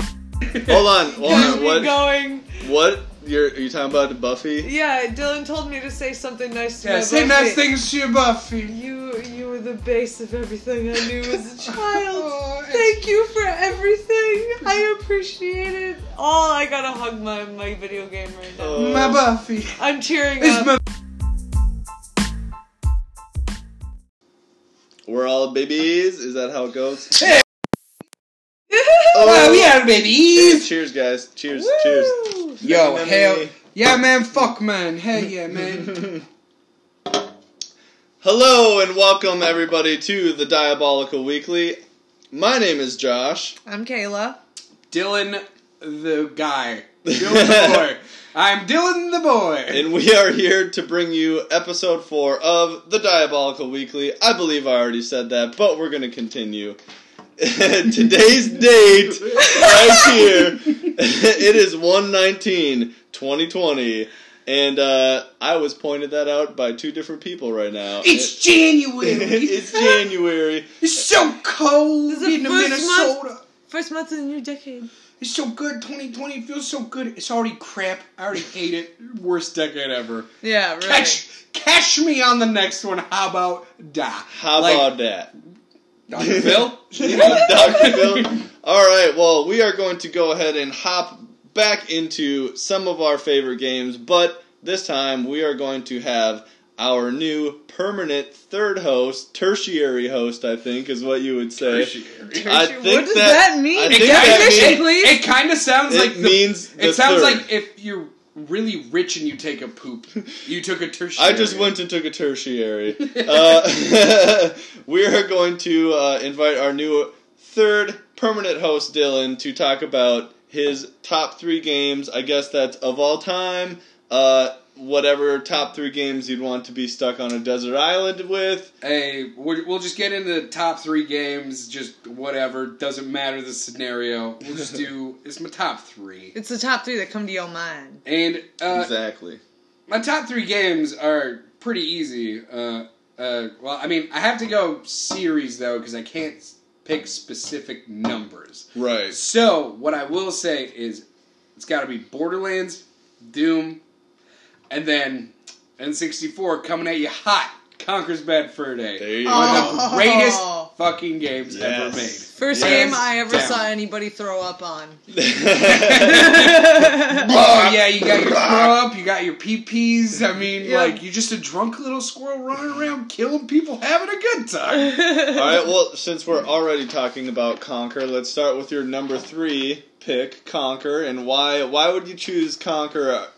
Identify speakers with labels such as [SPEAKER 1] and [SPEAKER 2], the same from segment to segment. [SPEAKER 1] Hold on, hold
[SPEAKER 2] Got
[SPEAKER 1] on.
[SPEAKER 2] me
[SPEAKER 1] What?
[SPEAKER 2] going.
[SPEAKER 1] What? You're, are you talking about Buffy?
[SPEAKER 2] Yeah, Dylan told me to say something nice to
[SPEAKER 3] Yeah,
[SPEAKER 2] my
[SPEAKER 3] say
[SPEAKER 2] Buffy.
[SPEAKER 3] nice things to your Buffy.
[SPEAKER 2] You you were the base of everything I knew as a
[SPEAKER 3] Oh,
[SPEAKER 2] child.
[SPEAKER 3] it's-
[SPEAKER 2] Thank you for everything. I appreciate it. All I gotta hug my my video game right now.
[SPEAKER 1] Oh.
[SPEAKER 3] My Buffy.
[SPEAKER 2] I'm cheering
[SPEAKER 3] It's
[SPEAKER 2] up.
[SPEAKER 3] my.
[SPEAKER 1] We're all babies. Is that how it goes?
[SPEAKER 3] Hey,
[SPEAKER 1] Oh,
[SPEAKER 3] we are
[SPEAKER 1] Hey,
[SPEAKER 3] babies.
[SPEAKER 1] cheers, guys. Cheers.
[SPEAKER 2] Woo!
[SPEAKER 1] Cheers.
[SPEAKER 3] Yo,
[SPEAKER 1] Yummy.
[SPEAKER 3] hell. Yeah, man. Fuck, man. Hell yeah, man.
[SPEAKER 1] Hello and welcome everybody to the Diabolical Weekly. My name is Josh.
[SPEAKER 2] I'm Kayla.
[SPEAKER 3] Dylan the guy. Dylan the boy. I'm Dylan the boy.
[SPEAKER 1] And we are here to bring you episode four of the Diabolical Weekly. I believe I already said that, but we're going to continue. Today's date, right here, it is 119, 2020. And uh, I was pointed that out by two different people right now.
[SPEAKER 3] It's January.
[SPEAKER 1] it's January.
[SPEAKER 3] it's so cold
[SPEAKER 2] This is the
[SPEAKER 3] in
[SPEAKER 2] first
[SPEAKER 3] Minnesota.
[SPEAKER 2] First month of the new decade.
[SPEAKER 3] It's so good. 2020 feels so good. It's already crap. I already hate it. Worst decade ever.
[SPEAKER 2] Yeah, right.
[SPEAKER 3] Catch, catch me on the next one. How about da?
[SPEAKER 1] How
[SPEAKER 3] Like,
[SPEAKER 1] about that?
[SPEAKER 3] Dr. Phil?
[SPEAKER 1] Dr. Phil. All right, well, we are going to go ahead and hop back into some of our favorite games, but this time we are going to have our new permanent third host, tertiary host, I think is what you would say. I
[SPEAKER 2] Tertiary-
[SPEAKER 1] think
[SPEAKER 2] what does
[SPEAKER 1] that-
[SPEAKER 2] that mean?
[SPEAKER 1] I
[SPEAKER 3] It,
[SPEAKER 1] think that
[SPEAKER 2] Definition,
[SPEAKER 1] means-
[SPEAKER 2] please.
[SPEAKER 3] kind of sounds
[SPEAKER 1] It
[SPEAKER 3] like the-
[SPEAKER 1] means the
[SPEAKER 3] it sounds
[SPEAKER 1] third.
[SPEAKER 3] like if you're really rich and you take a poop, you took a tertiary.
[SPEAKER 1] I just went and took a tertiary. uh, we are going to uh, invite our new third permanent host, Dylan, to talk about his top three games. I guess that's of all time. Uh, whatever top three games you'd want to be stuck on a desert island with.
[SPEAKER 3] Hey, we're, we'll just get into the top three games. Just whatever doesn't matter the scenario. We'll just do. It's my top three.
[SPEAKER 2] It's the top three that come to your mind.
[SPEAKER 3] And uh,
[SPEAKER 1] exactly.
[SPEAKER 3] my top three games are pretty easy. Uh, uh, well, I mean, I have to go series though because I can't s- pick specific numbers.
[SPEAKER 1] Right.
[SPEAKER 3] So what I will say is, it's got to be Borderlands, Doom, and then N64 coming at you hot. Conquer's Bad Fur
[SPEAKER 1] There
[SPEAKER 3] Day.
[SPEAKER 1] you
[SPEAKER 3] One
[SPEAKER 2] Oh.
[SPEAKER 1] go.
[SPEAKER 3] of the greatest
[SPEAKER 2] Oh.
[SPEAKER 3] fucking games ever
[SPEAKER 1] Yes.
[SPEAKER 3] made.
[SPEAKER 2] First
[SPEAKER 1] Yes.
[SPEAKER 2] game I ever
[SPEAKER 3] Down.
[SPEAKER 2] saw anybody throw up on.
[SPEAKER 3] Oh yeah, you got your throw up, you got your PPs. I mean,
[SPEAKER 2] Yeah.
[SPEAKER 3] like you're just a drunk little squirrel running around killing people, having a good time.
[SPEAKER 1] all right, well, since we're already talking about Conquer, let's start with your number three pick, Conquer, and why why would you choose Conquer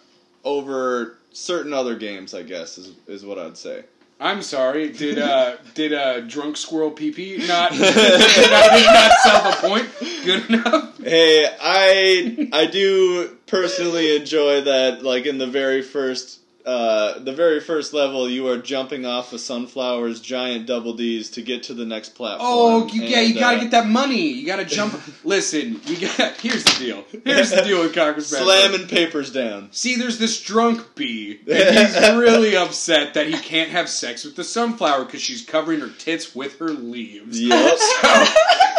[SPEAKER 1] over certain other games? I guess is is what I'd say.
[SPEAKER 3] I'm sorry, did uh did uh drunk squirrel PP not not, did not solve a point good enough?
[SPEAKER 1] Hey, I I do personally enjoy that. Like in the very first. Uh, the very first level, you are jumping off of Sunflower's giant double D's to get to the next platform.
[SPEAKER 3] Oh you, yeah, you
[SPEAKER 1] and,
[SPEAKER 3] gotta
[SPEAKER 1] uh,
[SPEAKER 3] get that money. You gotta jump. Listen, you got here's the deal. Here's the deal with Conquer's Bad Fur Day.
[SPEAKER 1] slamming papers down.
[SPEAKER 3] See, there's this drunk bee, and he's really upset that he can't have sex with the sunflower because she's covering her tits with her leaves.
[SPEAKER 1] Yup.
[SPEAKER 3] So, what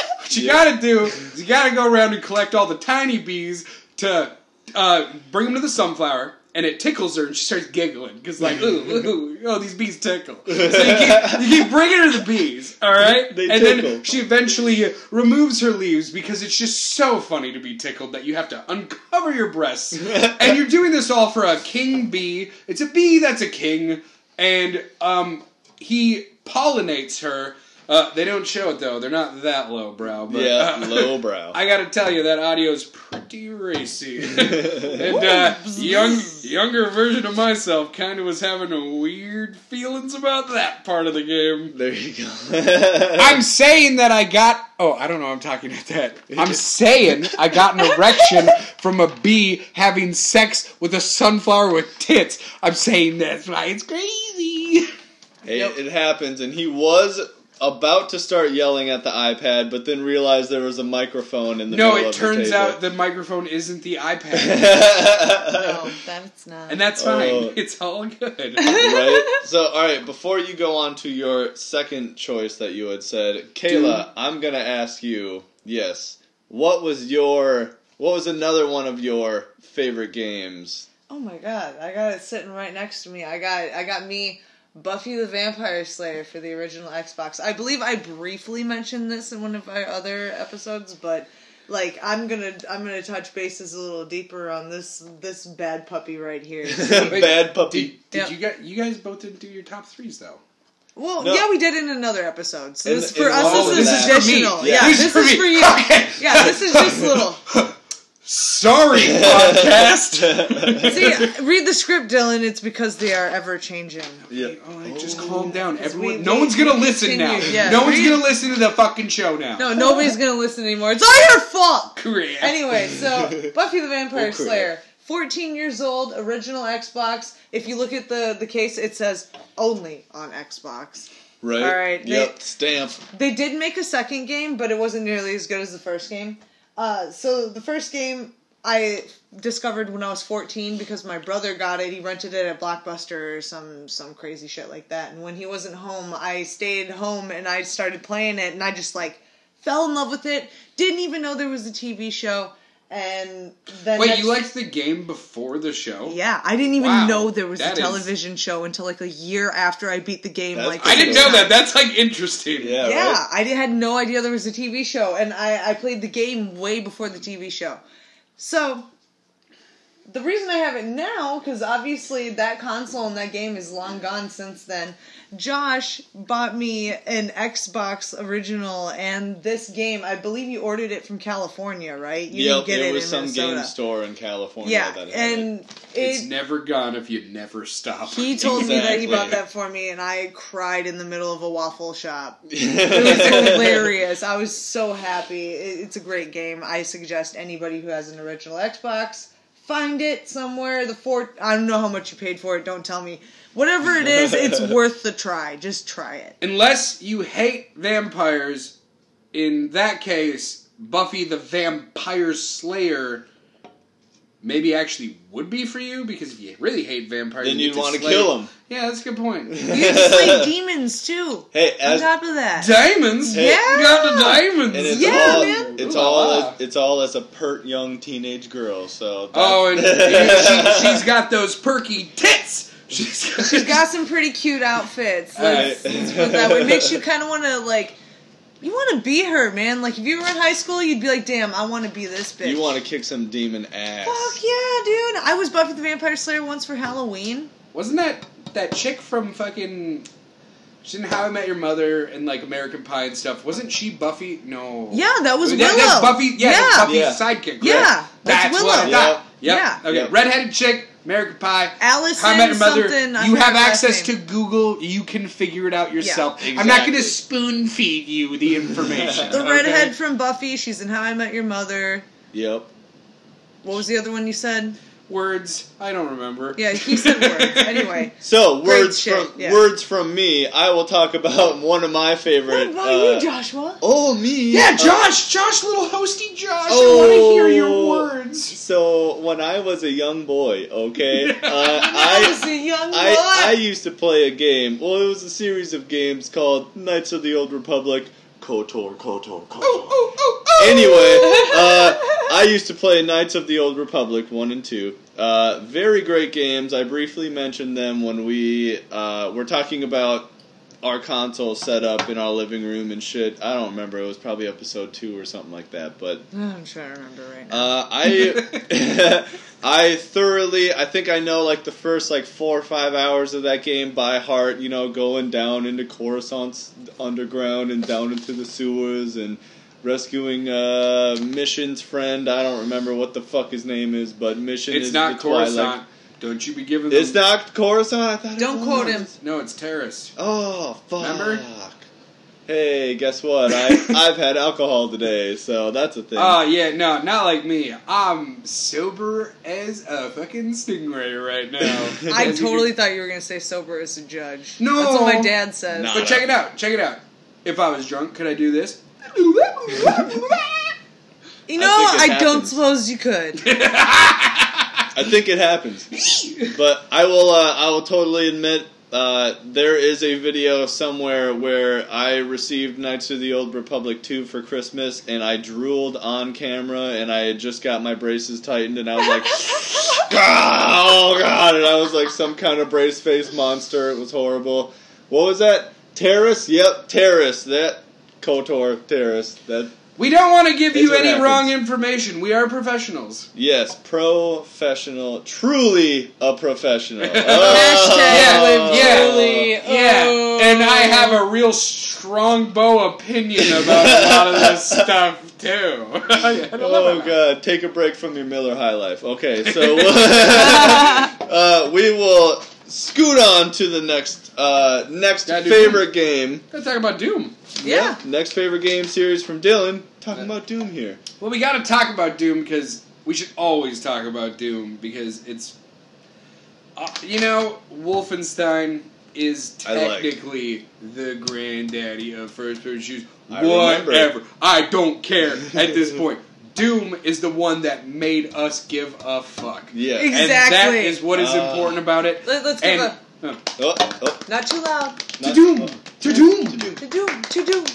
[SPEAKER 3] you
[SPEAKER 1] Yeah.
[SPEAKER 3] gotta do is you gotta go around and collect all the tiny bees to uh, bring them to the sunflower, and it tickles her, and she starts giggling because like, ooh, ooh, oh, these bees tickle. So you keep, you keep bringing her the bees, all right?
[SPEAKER 1] They
[SPEAKER 3] and
[SPEAKER 1] tickle.
[SPEAKER 3] then she eventually removes her leaves because it's just so funny to be tickled that you have to uncover your breasts, and you're doing this all for a king bee. It's a bee that's a king, and um, he pollinates her. Uh, they don't show it though; they're not that low brow. But,
[SPEAKER 1] yeah,
[SPEAKER 3] uh,
[SPEAKER 1] lowbrow.
[SPEAKER 3] I gotta tell you that audio's pretty racy, and uh, young younger version of myself kind of was having a weird feelings about that part of the game.
[SPEAKER 1] There you go.
[SPEAKER 3] I'm saying that I got. Oh, I don't know. I'm talking at that. I'm saying I got an erection from a bee having sex with a sunflower with tits. I'm saying that's why it's crazy.
[SPEAKER 1] Hey, It happens, and he was about to start yelling at the iPad, but then realized there was a microphone in the
[SPEAKER 3] No,
[SPEAKER 1] middle
[SPEAKER 3] it
[SPEAKER 1] of the
[SPEAKER 3] turns
[SPEAKER 1] table.
[SPEAKER 3] out the microphone isn't the iPad,
[SPEAKER 2] No, that's not.
[SPEAKER 3] and that's fine.
[SPEAKER 1] Oh.
[SPEAKER 3] It's all good.
[SPEAKER 1] right. So, all right. Before you go on to your second choice that you had said, Kayla, I'm gonna ask you. Yes. What was your What was another one of your favorite games?
[SPEAKER 2] Oh my god, I got it sitting right next to me. I got I got me Buffy the Vampire Slayer for the original Xbox. I believe I briefly mentioned this in one of our other episodes, but like I'm gonna I'm gonna touch bases a little deeper on this this bad puppy right here.
[SPEAKER 1] Bad
[SPEAKER 3] Did,
[SPEAKER 1] puppy.
[SPEAKER 3] did
[SPEAKER 2] Yeah.
[SPEAKER 3] you guys? You guys both didn't do your top threes though.
[SPEAKER 2] Well,
[SPEAKER 1] No.
[SPEAKER 2] yeah, we did in another episode. So
[SPEAKER 1] In-
[SPEAKER 2] this for
[SPEAKER 1] in
[SPEAKER 2] us.
[SPEAKER 1] all of
[SPEAKER 2] This
[SPEAKER 1] that.
[SPEAKER 2] is
[SPEAKER 1] This is for me.
[SPEAKER 2] additional.
[SPEAKER 1] Yeah.
[SPEAKER 2] Yeah,
[SPEAKER 1] This
[SPEAKER 2] this is for you.
[SPEAKER 3] Okay.
[SPEAKER 2] Yeah, this is just little.
[SPEAKER 3] Sorry, podcast.
[SPEAKER 2] See, read the script, Dylan. It's because they are ever changing.
[SPEAKER 1] yeah.
[SPEAKER 3] All right, Oh, just calm down, everyone.
[SPEAKER 2] Oh, we-
[SPEAKER 3] no
[SPEAKER 2] we-
[SPEAKER 3] one's gonna
[SPEAKER 2] we
[SPEAKER 3] listen now.
[SPEAKER 2] continue, yeah.
[SPEAKER 3] No one's
[SPEAKER 2] We-
[SPEAKER 3] gonna listen to the fucking show now.
[SPEAKER 2] No, nobody's gonna listen anymore. It's all your fault.
[SPEAKER 3] Korea.
[SPEAKER 2] Anyway, so Buffy the Vampire
[SPEAKER 1] Oh, cool.
[SPEAKER 2] Slayer, 14 years old, original Xbox. If you look at the the case, it says only on Xbox.
[SPEAKER 1] Right.
[SPEAKER 2] All right,
[SPEAKER 1] Yep.
[SPEAKER 2] they-
[SPEAKER 1] Stamp.
[SPEAKER 2] They did make a second game, but it wasn't nearly as good as the first game. Uh, so the first game I discovered when I was 14 because my brother got it. He rented it at Blockbuster or some some crazy shit like that. And when he wasn't home, I stayed home and I started playing it, and I just like fell in love with it. Didn't even know there was a TV show. And then
[SPEAKER 3] Wait,
[SPEAKER 2] next-
[SPEAKER 3] you liked the game before the show?
[SPEAKER 2] Yeah, I didn't even
[SPEAKER 3] Wow,
[SPEAKER 2] know there was a
[SPEAKER 3] that is-
[SPEAKER 2] television show until like a year after I beat the game.
[SPEAKER 1] That's
[SPEAKER 2] like
[SPEAKER 3] I didn't know that. That's like interesting.
[SPEAKER 1] Yeah.
[SPEAKER 2] yeah,
[SPEAKER 1] Right?
[SPEAKER 2] I di- had no idea there was a TV show, and I, I played the game way before the TV show. So, the reason I have it now, because obviously that console and that game is long gone since then, Josh bought me an Xbox original, and this game, I believe you ordered it from California, right? You
[SPEAKER 1] Yep.
[SPEAKER 2] didn't get
[SPEAKER 1] it,
[SPEAKER 2] it,
[SPEAKER 1] was
[SPEAKER 2] in
[SPEAKER 1] some
[SPEAKER 2] Minnesota.
[SPEAKER 1] game store in California.
[SPEAKER 2] Yeah,
[SPEAKER 1] That had it.
[SPEAKER 2] and
[SPEAKER 3] It's
[SPEAKER 2] it-
[SPEAKER 3] never gone if you never stop.
[SPEAKER 2] he told me that he
[SPEAKER 1] Exactly.
[SPEAKER 2] bought that for me, and I cried in the middle of a waffle shop. It was hilarious. I was so happy. It- It's a great game. I suggest anybody who has an original Xbox find it somewhere. The four. I don't know how much you paid for it. Don't tell me. Whatever it is, it's worth the try. Just try it.
[SPEAKER 3] Unless you hate vampires, in that case, Buffy the Vampire Slayer maybe actually would be for you because if you really hate vampires,
[SPEAKER 1] Then
[SPEAKER 3] you
[SPEAKER 1] you'd
[SPEAKER 3] get
[SPEAKER 1] want to
[SPEAKER 3] slay-
[SPEAKER 1] kill him.
[SPEAKER 3] Yeah, that's a good point.
[SPEAKER 2] You can slay demons too.
[SPEAKER 1] Hey,
[SPEAKER 2] On
[SPEAKER 1] as
[SPEAKER 2] top of that,
[SPEAKER 3] diamonds.
[SPEAKER 1] Hey.
[SPEAKER 2] Yeah.
[SPEAKER 3] we got the diamonds.
[SPEAKER 1] And it's
[SPEAKER 2] Yeah,
[SPEAKER 1] all
[SPEAKER 2] man.
[SPEAKER 1] it's
[SPEAKER 3] Ooh,
[SPEAKER 1] all
[SPEAKER 3] wow.
[SPEAKER 1] as, it's all as a pert young teenage girl. So that-
[SPEAKER 3] Oh, and, and she, she's got those perky tits. She's got,
[SPEAKER 2] she's got some pretty cute outfits. Let's,
[SPEAKER 1] Alright.
[SPEAKER 2] let's put it that way. It makes you kind of want to like. You want to be her, man. Like if you were in high school, you'd be like, "Damn, I want to be this bitch."
[SPEAKER 1] you want to kick some demon ass.
[SPEAKER 2] Fuck yeah, dude! I was Buffy the Vampire Slayer once for Halloween.
[SPEAKER 3] Wasn't that that chick from fucking? She's in How I Met Your Mother and like American Pie and stuff. Wasn't she Buffy? No.
[SPEAKER 2] Yeah, that was
[SPEAKER 3] That-
[SPEAKER 2] Willow.
[SPEAKER 3] That's Buffy. Yeah, that's
[SPEAKER 2] Yeah.
[SPEAKER 3] Buffy's
[SPEAKER 1] Yeah.
[SPEAKER 3] sidekick. right?
[SPEAKER 2] Yeah, that's
[SPEAKER 3] that's what I
[SPEAKER 2] Willow.
[SPEAKER 3] thought.
[SPEAKER 2] Yeah.
[SPEAKER 3] Yep. Okay.
[SPEAKER 1] Yeah.
[SPEAKER 3] Redheaded chick, American Pie.
[SPEAKER 2] Allison
[SPEAKER 3] How I Met Your Mother.
[SPEAKER 2] something. I
[SPEAKER 3] you have
[SPEAKER 2] forgot her last
[SPEAKER 3] access to
[SPEAKER 2] name.
[SPEAKER 3] Google. You can figure it out yourself.
[SPEAKER 1] Yeah.
[SPEAKER 3] I'm not going
[SPEAKER 1] Exactly.
[SPEAKER 3] to spoon feed you the information.
[SPEAKER 2] the
[SPEAKER 3] okay?
[SPEAKER 2] redhead from Buffy. She's in How I Met Your Mother.
[SPEAKER 1] Yep.
[SPEAKER 2] What was the other one you said?
[SPEAKER 3] Words. I don't remember.
[SPEAKER 2] Yeah, he said words. Anyway,
[SPEAKER 1] So
[SPEAKER 2] Great
[SPEAKER 1] words
[SPEAKER 2] shit,
[SPEAKER 1] from
[SPEAKER 2] yeah.
[SPEAKER 1] words from me. I will talk about one of my favorite.
[SPEAKER 2] what about
[SPEAKER 1] uh,
[SPEAKER 2] you, Joshua?
[SPEAKER 1] Oh me.
[SPEAKER 3] Yeah,
[SPEAKER 1] Uh,
[SPEAKER 3] Josh, Josh, little hosty Josh. I want to
[SPEAKER 1] Oh.
[SPEAKER 3] hear your words.
[SPEAKER 1] so when I was a young boy, okay, uh,
[SPEAKER 2] I
[SPEAKER 1] I
[SPEAKER 2] was a young boy.
[SPEAKER 1] I, I used to play a game. Well, it was a series of games called Knights of the Old Republic, KOTOR, KOTOR, KOTOR.
[SPEAKER 3] Oh, oh, oh, oh.
[SPEAKER 1] Anyway, uh, I used to play Knights of the Old Republic 1 and 2. Uh, very great games. I briefly mentioned them when we uh, were talking about our console setup in our living room and shit. I don't remember. It was probably episode 2 or something like that, but
[SPEAKER 2] I'm trying to remember right now.
[SPEAKER 1] uh, I I thoroughly I think I know like the first like four or five hours of that game by heart. You know, going down into Coruscant's underground and down into the sewers and rescuing uh, Mission's friend. I don't remember what the fuck his name is, but Mission
[SPEAKER 3] It's
[SPEAKER 1] is
[SPEAKER 3] not
[SPEAKER 1] the Twilight-
[SPEAKER 3] Coruscant. Don't you be giving them.
[SPEAKER 1] It's not Coruscant. I thought. it
[SPEAKER 2] Don't
[SPEAKER 1] was.
[SPEAKER 2] quote him.
[SPEAKER 3] No, it's Terrace.
[SPEAKER 1] Oh fuck.
[SPEAKER 3] Remember?
[SPEAKER 1] Hey, guess what? I I've had alcohol today, so that's a thing.
[SPEAKER 3] Oh, yeah, no, not like me. I'm sober as a fucking stingray right now.
[SPEAKER 2] I
[SPEAKER 3] As you
[SPEAKER 2] totally
[SPEAKER 3] can-
[SPEAKER 2] thought you were gonna say sober as a judge.
[SPEAKER 3] No.
[SPEAKER 2] that's what my dad says.
[SPEAKER 1] Nah.
[SPEAKER 3] But check it out, check it out. If I was drunk, could I do this?
[SPEAKER 2] You
[SPEAKER 1] I
[SPEAKER 2] know,
[SPEAKER 1] think it
[SPEAKER 2] I, don't
[SPEAKER 1] happens.
[SPEAKER 2] suppose you could.
[SPEAKER 1] I think it happens. But I will. Uh, I will totally admit Uh, there is a video somewhere where I received Knights of the Old Republic 2 for Christmas and I drooled on camera and I had just got my braces tightened and I was like, "Ah, oh god, and I was like some kind of brace face monster. It was horrible. What was that? Terrace? Yep, Terrace. That KOTOR Terrace. That
[SPEAKER 3] We don't want to give
[SPEAKER 1] It's
[SPEAKER 3] you
[SPEAKER 1] what
[SPEAKER 3] any
[SPEAKER 1] happens.
[SPEAKER 3] wrong information. We are professionals.
[SPEAKER 1] yes, professional. Truly a professional. Oh.
[SPEAKER 3] Yeah,
[SPEAKER 4] Hashtag live
[SPEAKER 3] yeah,
[SPEAKER 4] truly.
[SPEAKER 3] yeah.
[SPEAKER 4] Oh.
[SPEAKER 3] And I have a real strong bow opinion about a lot of this stuff too. I don't know
[SPEAKER 1] Oh
[SPEAKER 3] about that.
[SPEAKER 1] god, take a break from your Miller High Life. Okay, so uh, we will scoot on to the next uh, next
[SPEAKER 3] Gotta do
[SPEAKER 1] favorite game.
[SPEAKER 3] Let's talk about Doom.
[SPEAKER 2] oh. Yeah.
[SPEAKER 1] Next favorite game series from Dylan. Talking about Doom here.
[SPEAKER 3] Well, we got to talk about Doom because we should always talk about Doom because it's, uh, you know, Wolfenstein is
[SPEAKER 1] I like.
[SPEAKER 3] technically the granddaddy of first-person shooters.
[SPEAKER 1] I remember.
[SPEAKER 3] Whatever, I don't care at this point. Doom is the one that made us give a fuck.
[SPEAKER 1] Yeah.
[SPEAKER 2] Exactly.
[SPEAKER 3] And that is what is
[SPEAKER 1] Uh,
[SPEAKER 3] important about it.
[SPEAKER 2] Let, us give
[SPEAKER 3] And
[SPEAKER 2] a
[SPEAKER 3] uh,
[SPEAKER 1] Oh, oh,
[SPEAKER 2] not too loud.
[SPEAKER 3] to Doom, to Doom,
[SPEAKER 2] To do to do.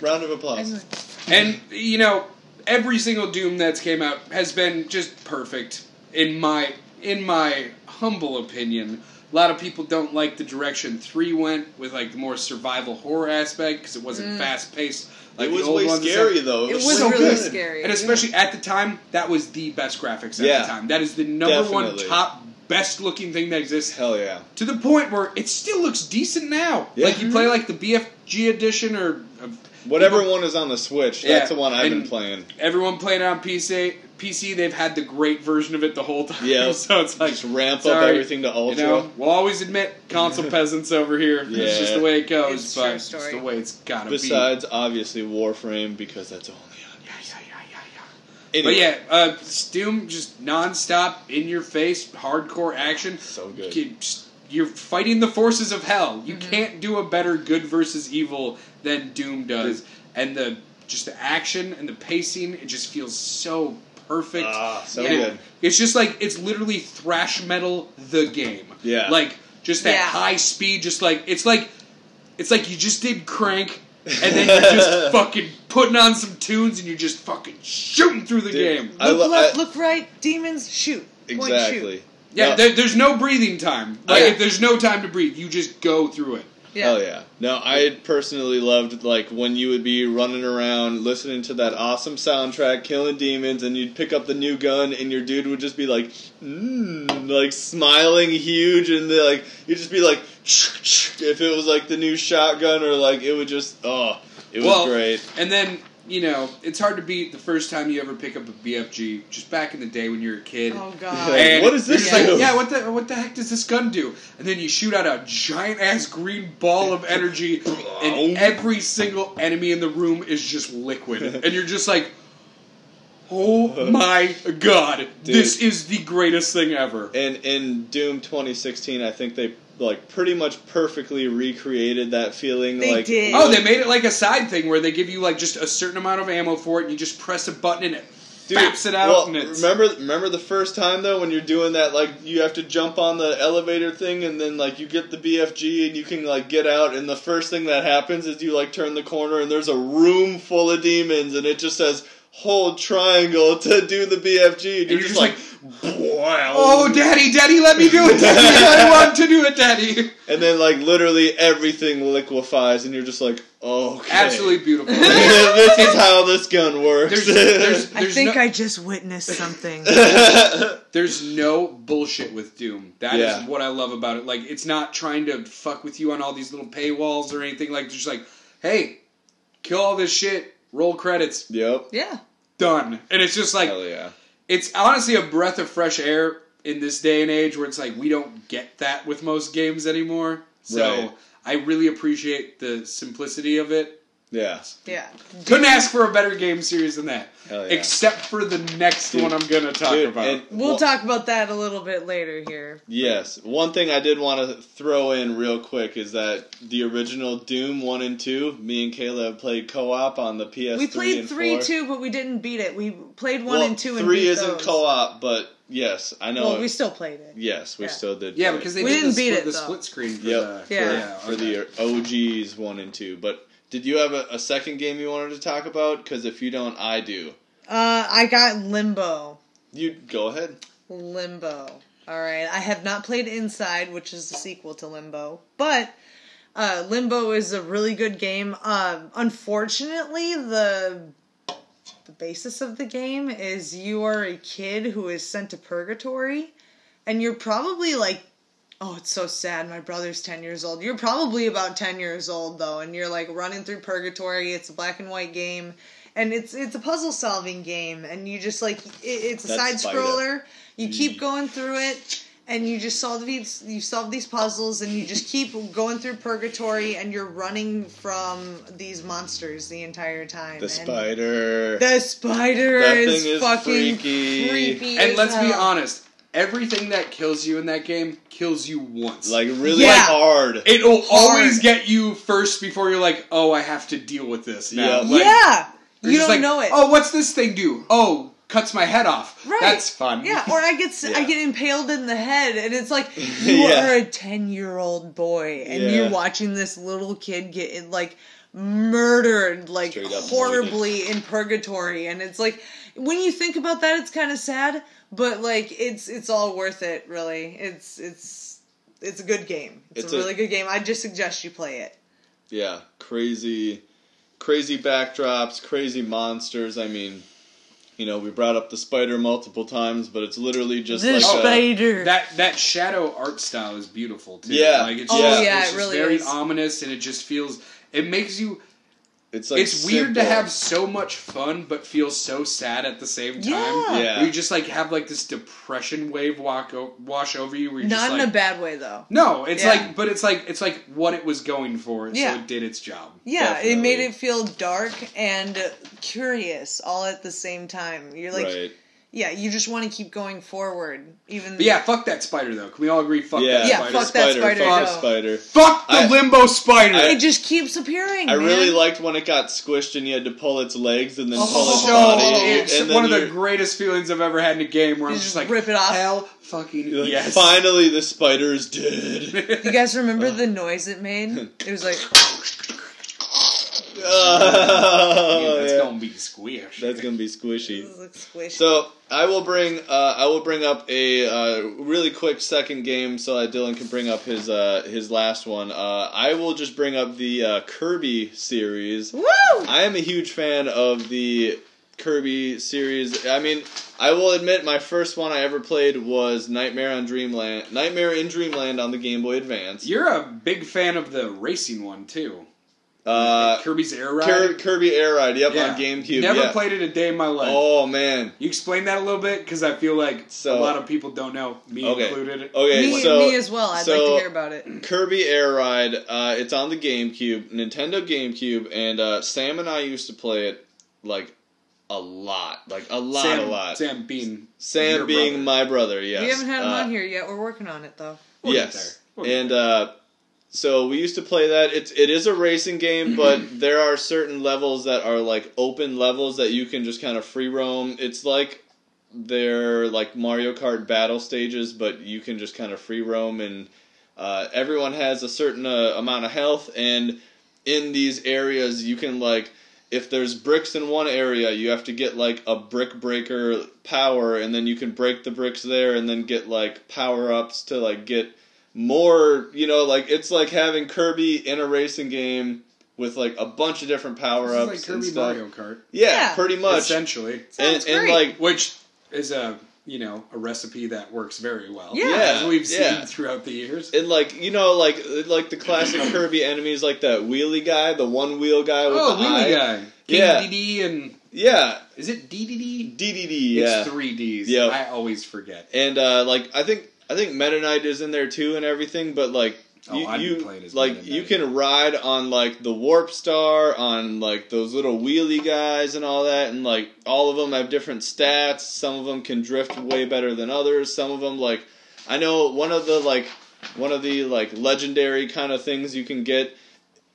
[SPEAKER 1] Round of applause.
[SPEAKER 3] and you know every single Doom that's came out has been just perfect in my in my humble opinion. A lot of people don't like the direction three went with like the more survival horror aspect because it wasn't fast paced. Like
[SPEAKER 1] it
[SPEAKER 3] the
[SPEAKER 1] was
[SPEAKER 3] old
[SPEAKER 1] way
[SPEAKER 3] ones and
[SPEAKER 1] scary
[SPEAKER 3] stuff.
[SPEAKER 1] though.
[SPEAKER 2] Mm. It was
[SPEAKER 3] was
[SPEAKER 1] so
[SPEAKER 2] really
[SPEAKER 1] good.
[SPEAKER 2] scary.
[SPEAKER 3] And especially at the time, that was the best graphics at
[SPEAKER 1] Yeah.
[SPEAKER 3] the time. That is the number one
[SPEAKER 1] Definitely.
[SPEAKER 3] top best looking thing that exists
[SPEAKER 1] Hell yeah.
[SPEAKER 3] to the point where it still looks decent now.
[SPEAKER 1] Yeah.
[SPEAKER 3] Like you
[SPEAKER 2] Mm-hmm.
[SPEAKER 3] play like the BFG edition or uh,
[SPEAKER 1] Whatever
[SPEAKER 3] people-
[SPEAKER 1] one is on the Switch,
[SPEAKER 3] Yeah,
[SPEAKER 1] that's the one I've been
[SPEAKER 3] and-
[SPEAKER 1] playing.
[SPEAKER 3] everyone playing it on PC. PC, they've had the great version of it the whole time.
[SPEAKER 1] Yeah.
[SPEAKER 3] so it's like
[SPEAKER 1] Just ramp up
[SPEAKER 3] sorry,
[SPEAKER 1] everything to
[SPEAKER 3] You
[SPEAKER 1] ultra.
[SPEAKER 3] know, we'll always admit console peasants over here. It's just
[SPEAKER 1] Yeah.
[SPEAKER 3] the way it goes,
[SPEAKER 2] It's
[SPEAKER 3] but
[SPEAKER 2] true
[SPEAKER 3] it's
[SPEAKER 2] story.
[SPEAKER 3] the way it's gotta
[SPEAKER 1] Besides, obviously Warframe because that's only on.
[SPEAKER 3] be. Yeah, yeah, yeah, yeah, yeah.
[SPEAKER 1] Anyway,
[SPEAKER 3] But yeah, uh, Doom just non-stop, in your face, hardcore action.
[SPEAKER 1] So good.
[SPEAKER 3] You can- You're fighting the forces of hell. You can't do a better good versus evil than Doom does.
[SPEAKER 1] Mm-hmm.
[SPEAKER 3] And the just the action and the pacing, it just feels so perfect.
[SPEAKER 1] Ah, so
[SPEAKER 3] And
[SPEAKER 1] good.
[SPEAKER 3] It's just like it's literally thrash metal the game.
[SPEAKER 1] Yeah.
[SPEAKER 3] Like just that
[SPEAKER 2] Yeah.
[SPEAKER 3] high speed, just like it's like it's like you just did crank and then you're just fucking putting on some tunes and you're just fucking shooting through the
[SPEAKER 1] Dude,
[SPEAKER 3] game.
[SPEAKER 1] I
[SPEAKER 2] Look
[SPEAKER 1] lo-
[SPEAKER 2] left,
[SPEAKER 1] I-
[SPEAKER 2] look right. Demons shoot. Point,
[SPEAKER 1] Exactly.
[SPEAKER 2] shoot.
[SPEAKER 3] yeah,
[SPEAKER 1] No,
[SPEAKER 3] there, there's no breathing time. Like
[SPEAKER 1] Yeah.
[SPEAKER 3] if there's no time to breathe, you just go through it.
[SPEAKER 2] Yeah.
[SPEAKER 1] Hell yeah. No, I personally loved like when you would be running around listening to that awesome soundtrack, killing demons, and you'd pick up the new gun and your dude would just be like mm, like smiling huge and they like you'd just be like if it was like the new shotgun or like it would just oh it was
[SPEAKER 3] well,
[SPEAKER 1] great.
[SPEAKER 3] And then you know it's hard to beat the first time you ever pick up a BFG. Just back in the day when you're a kid.
[SPEAKER 2] Oh
[SPEAKER 1] Like,
[SPEAKER 2] god.
[SPEAKER 3] And
[SPEAKER 1] what does
[SPEAKER 3] you're
[SPEAKER 1] this
[SPEAKER 3] just like,
[SPEAKER 1] do?
[SPEAKER 3] yeah, what the what the heck does this gun do? And then you shoot out a giant ass green ball of energy, and every single enemy in the room is just liquid, and you're just like, oh my god, this is the greatest thing ever.
[SPEAKER 1] And in Doom 2016, I think they like pretty much perfectly recreated that feeling
[SPEAKER 2] They
[SPEAKER 1] like
[SPEAKER 2] did.
[SPEAKER 3] Oh, they made it like a side thing where they give you like just a certain amount of ammo for it, and you just press a button and it faps it out.
[SPEAKER 1] well,
[SPEAKER 3] and it's,
[SPEAKER 1] remember, remember the first time though when you're doing that, like you have to jump on the elevator thing, and then like you get the BFG and you can like get out, and the first thing that happens is you like turn the corner and there's a room full of demons, and it just says hold triangle to do the BFG, and you're,
[SPEAKER 3] you're
[SPEAKER 1] just,
[SPEAKER 3] just
[SPEAKER 1] like, wow,
[SPEAKER 3] oh, daddy, daddy, let me do it, daddy, I want to do it, daddy.
[SPEAKER 1] and then like literally everything liquefies, and you're just like, oh, okay.
[SPEAKER 3] Absolutely beautiful.
[SPEAKER 1] this is how this gun works.
[SPEAKER 3] There's, there's,
[SPEAKER 2] I
[SPEAKER 3] there's
[SPEAKER 2] think
[SPEAKER 3] no,
[SPEAKER 2] I just witnessed something.
[SPEAKER 3] there's no bullshit with Doom. That is
[SPEAKER 1] Yeah.
[SPEAKER 3] what I love about it. Like, it's not trying to fuck with you on all these little paywalls or anything. Like, just like, hey, kill all this shit, roll credits,
[SPEAKER 1] yep.
[SPEAKER 2] yeah.
[SPEAKER 3] done. And it's just like,
[SPEAKER 1] Hell yeah.
[SPEAKER 3] it's honestly a breath of fresh air in this day and age where it's like we don't get that with most games anymore. So
[SPEAKER 1] Right.
[SPEAKER 3] I really appreciate the simplicity of it.
[SPEAKER 1] Yeah.
[SPEAKER 2] Yeah.
[SPEAKER 3] Couldn't ask for a better game series than that.
[SPEAKER 1] Hell yeah.
[SPEAKER 3] Except for the next one I'm gonna talk
[SPEAKER 1] Dude,
[SPEAKER 3] about.
[SPEAKER 1] and-
[SPEAKER 2] We'll
[SPEAKER 1] well-
[SPEAKER 2] talk about that a little bit later here.
[SPEAKER 1] Yes. One thing I did want to throw in real quick is that the original Doom 1 and 2, me and Caleb played co op on the PS3.
[SPEAKER 2] we played
[SPEAKER 1] and
[SPEAKER 2] three
[SPEAKER 1] 4.
[SPEAKER 2] two, but we didn't beat it. We played one
[SPEAKER 1] Well,
[SPEAKER 2] and two and
[SPEAKER 1] 3
[SPEAKER 2] beat
[SPEAKER 1] isn't
[SPEAKER 2] those.
[SPEAKER 1] co op, but Yes, I know.
[SPEAKER 2] Well, we still played it.
[SPEAKER 1] yes, we
[SPEAKER 2] Yeah.
[SPEAKER 1] still did.
[SPEAKER 3] Yeah,
[SPEAKER 1] play it.
[SPEAKER 3] because they
[SPEAKER 2] We
[SPEAKER 3] did
[SPEAKER 2] didn't
[SPEAKER 3] the
[SPEAKER 2] beat
[SPEAKER 3] split,
[SPEAKER 2] it,
[SPEAKER 3] the
[SPEAKER 2] though.
[SPEAKER 3] split screen for
[SPEAKER 1] Yep,
[SPEAKER 3] the
[SPEAKER 1] for,
[SPEAKER 2] Yeah.
[SPEAKER 1] for the OGs one and two. But did you have a, a second game you wanted to talk about? Because if you don't, I do.
[SPEAKER 2] Uh, I got Limbo.
[SPEAKER 1] You go ahead.
[SPEAKER 2] Limbo. All right. I have not played Inside, which is the sequel to Limbo, but uh, Limbo is a really good game. Um, unfortunately, the the basis of the game is you are a kid who is sent to purgatory, and you're probably like. Oh, it's so sad. My brother's 10 years old. You're probably about 10 years old though, and you're like running through purgatory. It's a black and white game, and it's it's a puzzle solving game and you just like it, it's a side
[SPEAKER 1] That's Spyro.
[SPEAKER 2] scroller. You
[SPEAKER 1] Mm.
[SPEAKER 2] keep going through it and you just solve these you solve these puzzles and you just keep going through purgatory and you're running from these monsters the entire time.
[SPEAKER 1] The
[SPEAKER 2] and
[SPEAKER 1] spider.
[SPEAKER 2] The spider
[SPEAKER 1] That
[SPEAKER 2] is,
[SPEAKER 1] thing is
[SPEAKER 2] fucking
[SPEAKER 1] freaky.
[SPEAKER 2] creepy.
[SPEAKER 3] And
[SPEAKER 2] as
[SPEAKER 3] let's be
[SPEAKER 2] hell.
[SPEAKER 3] honest, everything that kills you in that game kills you once.
[SPEAKER 1] like really
[SPEAKER 2] Yeah.
[SPEAKER 1] hard.
[SPEAKER 3] it'll
[SPEAKER 2] Hard.
[SPEAKER 3] always get you first before you're like, oh, I have to deal with this now.
[SPEAKER 1] Yeah.
[SPEAKER 3] Like,
[SPEAKER 2] yeah.
[SPEAKER 3] you're
[SPEAKER 2] You
[SPEAKER 3] just
[SPEAKER 2] don't
[SPEAKER 3] like,
[SPEAKER 2] know it.
[SPEAKER 3] Oh, what's this thing do? Oh, cuts my head off.
[SPEAKER 2] Right.
[SPEAKER 3] That's fun.
[SPEAKER 2] Yeah, or I get s I
[SPEAKER 1] Yeah.
[SPEAKER 2] get impaled in the head, and it's like you
[SPEAKER 1] Yeah.
[SPEAKER 2] are a ten year old boy, and
[SPEAKER 1] Yeah.
[SPEAKER 2] you're watching this little kid get like murdered like
[SPEAKER 1] Straight up
[SPEAKER 2] horribly in purgatory, and it's like when you think about that, it's kind of sad, but like it's it's all worth it, really. It's it's it's a good game. It's,
[SPEAKER 1] It's
[SPEAKER 2] a,
[SPEAKER 1] a-
[SPEAKER 2] really good game. I just suggest you play it.
[SPEAKER 1] Yeah, crazy, crazy backdrops, crazy monsters. I mean, you know, we brought up the spider multiple times, but it's literally just
[SPEAKER 2] The
[SPEAKER 1] like a-
[SPEAKER 2] spider.
[SPEAKER 3] That that shadow art style is beautiful too.
[SPEAKER 1] Yeah.
[SPEAKER 3] Like it's
[SPEAKER 1] Oh,
[SPEAKER 3] just,
[SPEAKER 2] yeah,
[SPEAKER 3] it's
[SPEAKER 2] it
[SPEAKER 3] just
[SPEAKER 2] really
[SPEAKER 3] very
[SPEAKER 2] is.
[SPEAKER 3] ominous and it just feels it makes you
[SPEAKER 1] it's like
[SPEAKER 3] it's weird to
[SPEAKER 1] simple.
[SPEAKER 3] have so much fun but feel so sad at the same time.
[SPEAKER 2] Yeah.
[SPEAKER 1] Yeah.
[SPEAKER 3] You just like have like this depression wave walk o- wash over you where you're
[SPEAKER 2] Not
[SPEAKER 3] just
[SPEAKER 2] in
[SPEAKER 3] like
[SPEAKER 2] a bad way though.
[SPEAKER 3] No, it's
[SPEAKER 2] Yeah.
[SPEAKER 3] like but it's like it's like what it was going for,
[SPEAKER 2] Yeah.
[SPEAKER 3] so it did its job.
[SPEAKER 2] Yeah,
[SPEAKER 1] Definitely.
[SPEAKER 2] it made it feel dark and curious all at the same time. You're like,
[SPEAKER 1] right.
[SPEAKER 2] yeah, you just want to keep going forward, even.
[SPEAKER 3] But yeah, fuck that spider though. Can we all agree fuck
[SPEAKER 1] Yeah,
[SPEAKER 3] that
[SPEAKER 2] Yeah,
[SPEAKER 3] spider?
[SPEAKER 2] fuck that spider,
[SPEAKER 1] Fuck
[SPEAKER 2] no.
[SPEAKER 1] the spider.
[SPEAKER 3] Fuck the
[SPEAKER 1] I-
[SPEAKER 3] limbo spider.
[SPEAKER 1] I-
[SPEAKER 2] it just keeps appearing.
[SPEAKER 1] I
[SPEAKER 2] man.
[SPEAKER 1] really liked when it got squished and you had to pull its legs and then pull its
[SPEAKER 3] Oh, so
[SPEAKER 1] body.
[SPEAKER 3] it's
[SPEAKER 1] and then
[SPEAKER 3] one of the
[SPEAKER 1] you're-
[SPEAKER 3] greatest feelings I've ever had in a game where
[SPEAKER 2] You
[SPEAKER 3] I'm
[SPEAKER 2] just
[SPEAKER 3] just like
[SPEAKER 2] rip it off.
[SPEAKER 3] Hell fucking
[SPEAKER 1] you're like,
[SPEAKER 3] yes.
[SPEAKER 1] Finally, the spider is dead.
[SPEAKER 2] You guys
[SPEAKER 1] Uh-huh.
[SPEAKER 2] remember the noise it made? It was like,
[SPEAKER 1] Oh,
[SPEAKER 3] Dude, that's
[SPEAKER 1] yeah.
[SPEAKER 3] gonna be squish.
[SPEAKER 1] That's gonna be squishy.
[SPEAKER 2] this looks squishy.
[SPEAKER 1] So I will bring uh, I will bring up a uh, really quick second game so that Dylan can bring up his uh, his last one. Uh, I will just bring up the uh, Kirby series.
[SPEAKER 2] Woo!
[SPEAKER 1] I am a huge fan of the Kirby series. I mean, I will admit my first one I ever played was Nightmare on Dreamland, Nightmare in Dreamland on the Game Boy Advance.
[SPEAKER 3] You're a big fan of the racing one too.
[SPEAKER 1] Uh,
[SPEAKER 3] Kirby's Air Ride.
[SPEAKER 1] Kir- Kirby Air Ride, yep,
[SPEAKER 3] Yeah.
[SPEAKER 1] on GameCube.
[SPEAKER 3] Never
[SPEAKER 1] yeah.
[SPEAKER 3] played it a day in my life.
[SPEAKER 1] Oh man.
[SPEAKER 3] You explain that a little bit because I feel like
[SPEAKER 1] So-
[SPEAKER 3] a lot of people don't know, me
[SPEAKER 1] Okay. Oh,
[SPEAKER 3] included.
[SPEAKER 1] Okay,
[SPEAKER 2] me,
[SPEAKER 1] so
[SPEAKER 2] me as well. I'd like
[SPEAKER 1] so-
[SPEAKER 2] to hear about it.
[SPEAKER 1] Kirby Air Ride. Uh, it's on the GameCube, Nintendo GameCube, and uh, Sam and I used to play it like a lot, like a lot,
[SPEAKER 3] Sam,
[SPEAKER 1] a lot. Sam,
[SPEAKER 3] Sam being your
[SPEAKER 1] being
[SPEAKER 3] brother.
[SPEAKER 1] my brother. Yes,
[SPEAKER 2] We haven't had him
[SPEAKER 1] Uh,
[SPEAKER 2] on here yet. We're working on it though.
[SPEAKER 3] We'll get
[SPEAKER 1] yes,
[SPEAKER 3] there. We'll get
[SPEAKER 1] and uh, so we used to play that. It's it is a racing game, but there are certain levels that are like open levels that you can just kind of free roam. It's like they're like Mario Kart battle stages, but you can just kind of free roam, and uh, everyone has a certain uh, amount of health, and in these areas you can like. If there's bricks in one area, you have to get like a brick breaker power, and then you can break the bricks there, and then get like power ups to like get more you know like it's like having kirby in a racing game with like a bunch of different
[SPEAKER 3] This
[SPEAKER 1] power
[SPEAKER 3] is
[SPEAKER 1] ups
[SPEAKER 3] like
[SPEAKER 1] uh, and
[SPEAKER 3] Kirby
[SPEAKER 1] stuff
[SPEAKER 3] Mario Kart,
[SPEAKER 1] Yeah,
[SPEAKER 2] Yeah.
[SPEAKER 1] pretty much and,
[SPEAKER 3] essentially,
[SPEAKER 2] Sounds
[SPEAKER 1] and
[SPEAKER 2] great.
[SPEAKER 1] like
[SPEAKER 3] which is a you know a recipe that works very well.
[SPEAKER 2] Yeah.
[SPEAKER 1] Yeah,
[SPEAKER 3] as we've
[SPEAKER 1] yeah.
[SPEAKER 3] seen throughout the years.
[SPEAKER 1] and like you know like like the classic kirby enemies like that wheelie guy the one wheel guy with
[SPEAKER 3] oh,
[SPEAKER 1] the
[SPEAKER 3] Wheelie
[SPEAKER 1] eye.
[SPEAKER 3] Guy, King
[SPEAKER 1] Yeah.
[SPEAKER 3] DD, and
[SPEAKER 1] yeah
[SPEAKER 3] is it DDD?
[SPEAKER 1] ddd yeah
[SPEAKER 3] It's three Ds.
[SPEAKER 1] Yep.
[SPEAKER 3] I always forget.
[SPEAKER 1] and uh like i think i think meta knight is in there too and everything but like
[SPEAKER 3] Oh,
[SPEAKER 1] you,
[SPEAKER 3] I'd be
[SPEAKER 1] you-
[SPEAKER 3] playing as
[SPEAKER 1] like
[SPEAKER 3] Meta
[SPEAKER 1] you
[SPEAKER 3] Knight.
[SPEAKER 1] can ride on like the warp star on like those little wheelie guys and all that and like all of them have different stats some of them can drift way better than others some of them like i know one of the like one of the like legendary kind of things you can get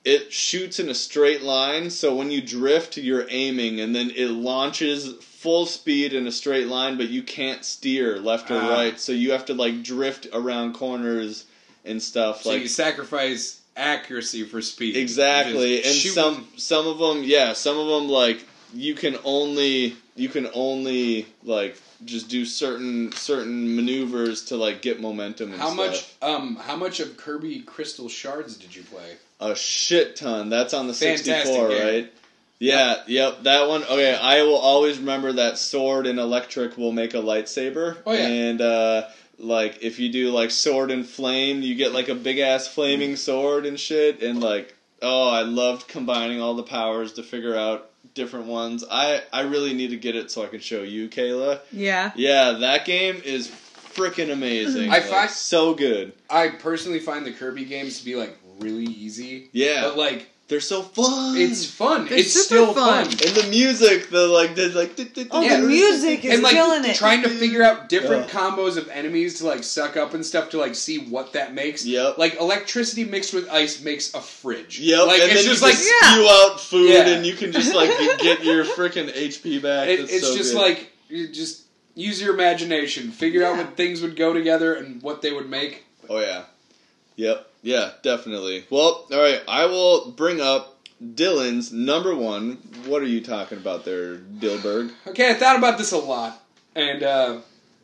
[SPEAKER 1] it shoots in a straight line, so when you drift, you're aiming, and then it launches full speed in a straight line, but you can't steer left or
[SPEAKER 3] Ah.
[SPEAKER 1] right, so you have to like drift around corners and stuff.
[SPEAKER 3] So
[SPEAKER 1] like
[SPEAKER 3] you sacrifice accuracy for speed. You
[SPEAKER 1] Exactly,
[SPEAKER 3] just
[SPEAKER 1] and
[SPEAKER 3] shoot.
[SPEAKER 1] some some of them, yeah, some of them like you can only you can only like just do certain certain maneuvers to like get momentum. And
[SPEAKER 3] How
[SPEAKER 1] stuff.
[SPEAKER 3] much? Um, how much of Kirby Crystal Shards did you play?
[SPEAKER 1] A shit ton. That's on the sixty
[SPEAKER 3] Fantastic
[SPEAKER 1] four,
[SPEAKER 3] game.
[SPEAKER 1] right? Yeah, yep, that one. Okay, I will always remember that sword and electric will make a lightsaber.
[SPEAKER 3] Oh, yeah.
[SPEAKER 1] And uh like if you do like sword and flame, you get like a big ass flaming sword and shit and like oh, I loved combining all the powers to figure out different ones. I I really need to get it so I can show you, Kayla.
[SPEAKER 2] Yeah.
[SPEAKER 1] Yeah, that game is freaking amazing.
[SPEAKER 3] I
[SPEAKER 1] Like,
[SPEAKER 3] find-
[SPEAKER 1] so good.
[SPEAKER 3] I personally find the Kirby games to be like really easy,
[SPEAKER 1] Yeah.
[SPEAKER 3] but like
[SPEAKER 1] They're so fun.
[SPEAKER 3] it's fun.
[SPEAKER 2] They're
[SPEAKER 3] it's
[SPEAKER 2] super
[SPEAKER 3] still Mm. fun.
[SPEAKER 2] fun.
[SPEAKER 1] And the music, the like, the like.
[SPEAKER 2] Oh,
[SPEAKER 3] Yeah.
[SPEAKER 2] the music is
[SPEAKER 3] and like
[SPEAKER 2] killing it.
[SPEAKER 3] trying to figure out different
[SPEAKER 1] Yeah.
[SPEAKER 3] combos of enemies to like suck up and stuff to like see what that makes.
[SPEAKER 1] Yep.
[SPEAKER 3] Like electricity mixed with ice makes a fridge.
[SPEAKER 1] Yep.
[SPEAKER 3] Like
[SPEAKER 1] and
[SPEAKER 3] it's
[SPEAKER 1] then
[SPEAKER 3] just
[SPEAKER 1] you
[SPEAKER 3] like
[SPEAKER 1] can
[SPEAKER 2] Yeah.
[SPEAKER 1] spew out food,
[SPEAKER 3] Yeah.
[SPEAKER 1] and you can just like get- get your freaking HP back.
[SPEAKER 3] it-
[SPEAKER 1] That's
[SPEAKER 3] it's
[SPEAKER 1] so
[SPEAKER 3] just
[SPEAKER 1] good.
[SPEAKER 3] like you just use your imagination, figure out
[SPEAKER 2] Yeah.
[SPEAKER 3] what things would go together and what they would make.
[SPEAKER 1] Oh yeah. Yep. Yeah. Definitely. Well. All right. I will bring up Dylan's number one. What are you talking about there, Dilberg?
[SPEAKER 3] Okay, I thought about this a lot, and uh,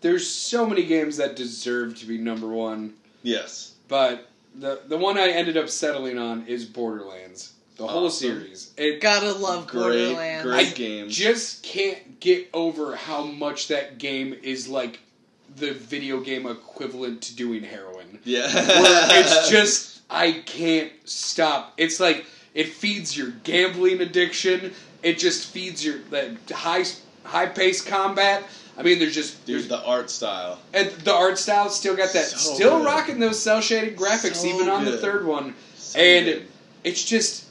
[SPEAKER 3] there's so many games that deserve to be number one,
[SPEAKER 1] Yes.
[SPEAKER 3] but the the one I ended up settling on is Borderlands, the whole
[SPEAKER 1] Awesome.
[SPEAKER 3] series. It
[SPEAKER 2] Gotta love
[SPEAKER 1] Great.
[SPEAKER 2] Borderlands.
[SPEAKER 1] Great
[SPEAKER 3] I
[SPEAKER 1] game.
[SPEAKER 3] just can't get over how much that game is like the video game equivalent to doing heroin.
[SPEAKER 1] yeah.
[SPEAKER 3] Where it's just I can't stop. It's like it feeds your gambling addiction. It just feeds your that high high paced combat. I mean, there's just
[SPEAKER 1] dude
[SPEAKER 3] there's,
[SPEAKER 1] the art style.
[SPEAKER 3] and the art style still got that,
[SPEAKER 1] So
[SPEAKER 3] still
[SPEAKER 1] good.
[SPEAKER 3] rocking those cell shaded graphics
[SPEAKER 1] So
[SPEAKER 3] even on the
[SPEAKER 1] good.
[SPEAKER 3] third one.
[SPEAKER 1] So
[SPEAKER 3] And-
[SPEAKER 1] good.
[SPEAKER 3] It's just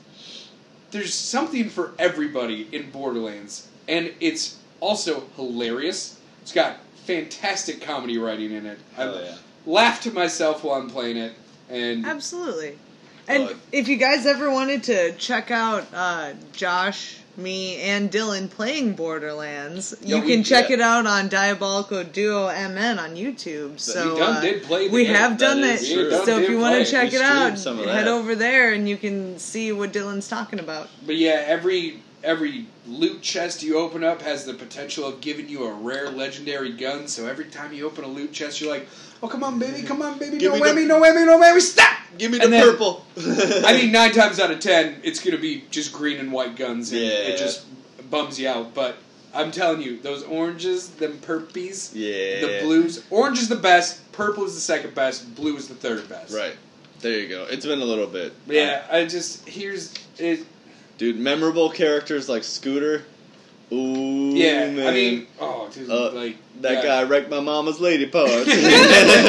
[SPEAKER 3] there's something for everybody in Borderlands, and it's also hilarious. It's got fantastic comedy writing in it. I
[SPEAKER 1] Hell yeah.
[SPEAKER 3] laugh to myself while I'm playing it, and
[SPEAKER 2] Absolutely. And
[SPEAKER 1] Look.
[SPEAKER 2] if you guys ever wanted to check out uh, Josh, me, and Dylan playing Borderlands,
[SPEAKER 1] Yeah,
[SPEAKER 2] you
[SPEAKER 1] we-
[SPEAKER 2] can check
[SPEAKER 1] yeah.
[SPEAKER 2] it out on Diabolical Duo MN on YouTube. So
[SPEAKER 3] we done
[SPEAKER 2] uh,
[SPEAKER 3] did play. The
[SPEAKER 2] we
[SPEAKER 3] game.
[SPEAKER 2] have done
[SPEAKER 1] that
[SPEAKER 2] it.
[SPEAKER 1] is true.
[SPEAKER 2] So
[SPEAKER 3] Done
[SPEAKER 2] if
[SPEAKER 3] did
[SPEAKER 2] you want
[SPEAKER 3] play.
[SPEAKER 2] to check
[SPEAKER 1] We
[SPEAKER 2] it
[SPEAKER 1] streamed
[SPEAKER 2] out,
[SPEAKER 1] some of that.
[SPEAKER 2] head over there and you can see what Dylan's talking about.
[SPEAKER 3] But yeah, every every loot chest you open up has the potential of giving you a rare legendary gun. So every time you open a loot chest, you're like, "Oh come on, baby, come on, baby,
[SPEAKER 1] Give
[SPEAKER 3] no
[SPEAKER 1] me the-
[SPEAKER 3] whammy, no whammy, no whammy, stop!"
[SPEAKER 1] Give me the
[SPEAKER 3] and then-
[SPEAKER 1] purple.
[SPEAKER 3] I mean, nine times out of ten, it's gonna be just green and white guns, and
[SPEAKER 1] Yeah.
[SPEAKER 3] it just bums you out. But I'm telling you, those oranges, them purpies,
[SPEAKER 1] yeah.
[SPEAKER 3] the blues. Orange is the best, purple is the second best, blue is the third best.
[SPEAKER 1] Right. There you go. It's been a little bit.
[SPEAKER 3] But yeah, I just here's it.
[SPEAKER 1] Dude, memorable characters like Scooter. Ooh,
[SPEAKER 3] Yeah,
[SPEAKER 1] man.
[SPEAKER 3] I mean, oh, dude,
[SPEAKER 1] Uh,
[SPEAKER 3] like
[SPEAKER 1] that
[SPEAKER 3] yeah.
[SPEAKER 1] guy wrecked my mama's lady parts. Oh,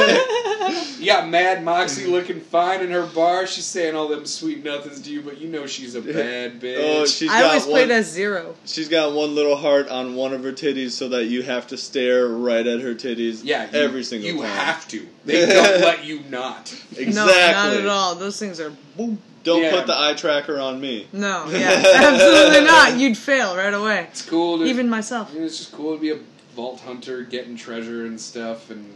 [SPEAKER 3] You got Mad Moxie looking fine in her bar. She's saying all them sweet nothings to you, but you know she's a bad bitch.
[SPEAKER 1] oh, she's
[SPEAKER 2] I
[SPEAKER 1] got
[SPEAKER 2] always played
[SPEAKER 1] one.
[SPEAKER 2] as zero.
[SPEAKER 1] she's got one little heart on one of her titties, so that you have to stare right at her titties.
[SPEAKER 3] yeah, you,
[SPEAKER 1] every single
[SPEAKER 3] you
[SPEAKER 1] time.
[SPEAKER 3] have to. They don't let you not.
[SPEAKER 1] exactly.
[SPEAKER 2] No, not at all. Those things are
[SPEAKER 1] Don't
[SPEAKER 3] Yeah.
[SPEAKER 1] put the eye tracker on me.
[SPEAKER 2] no, yeah, absolutely not. You'd fail right away.
[SPEAKER 3] It's cool to
[SPEAKER 2] Even myself.
[SPEAKER 3] I mean, It's just cool to be a vault hunter, getting treasure and stuff. And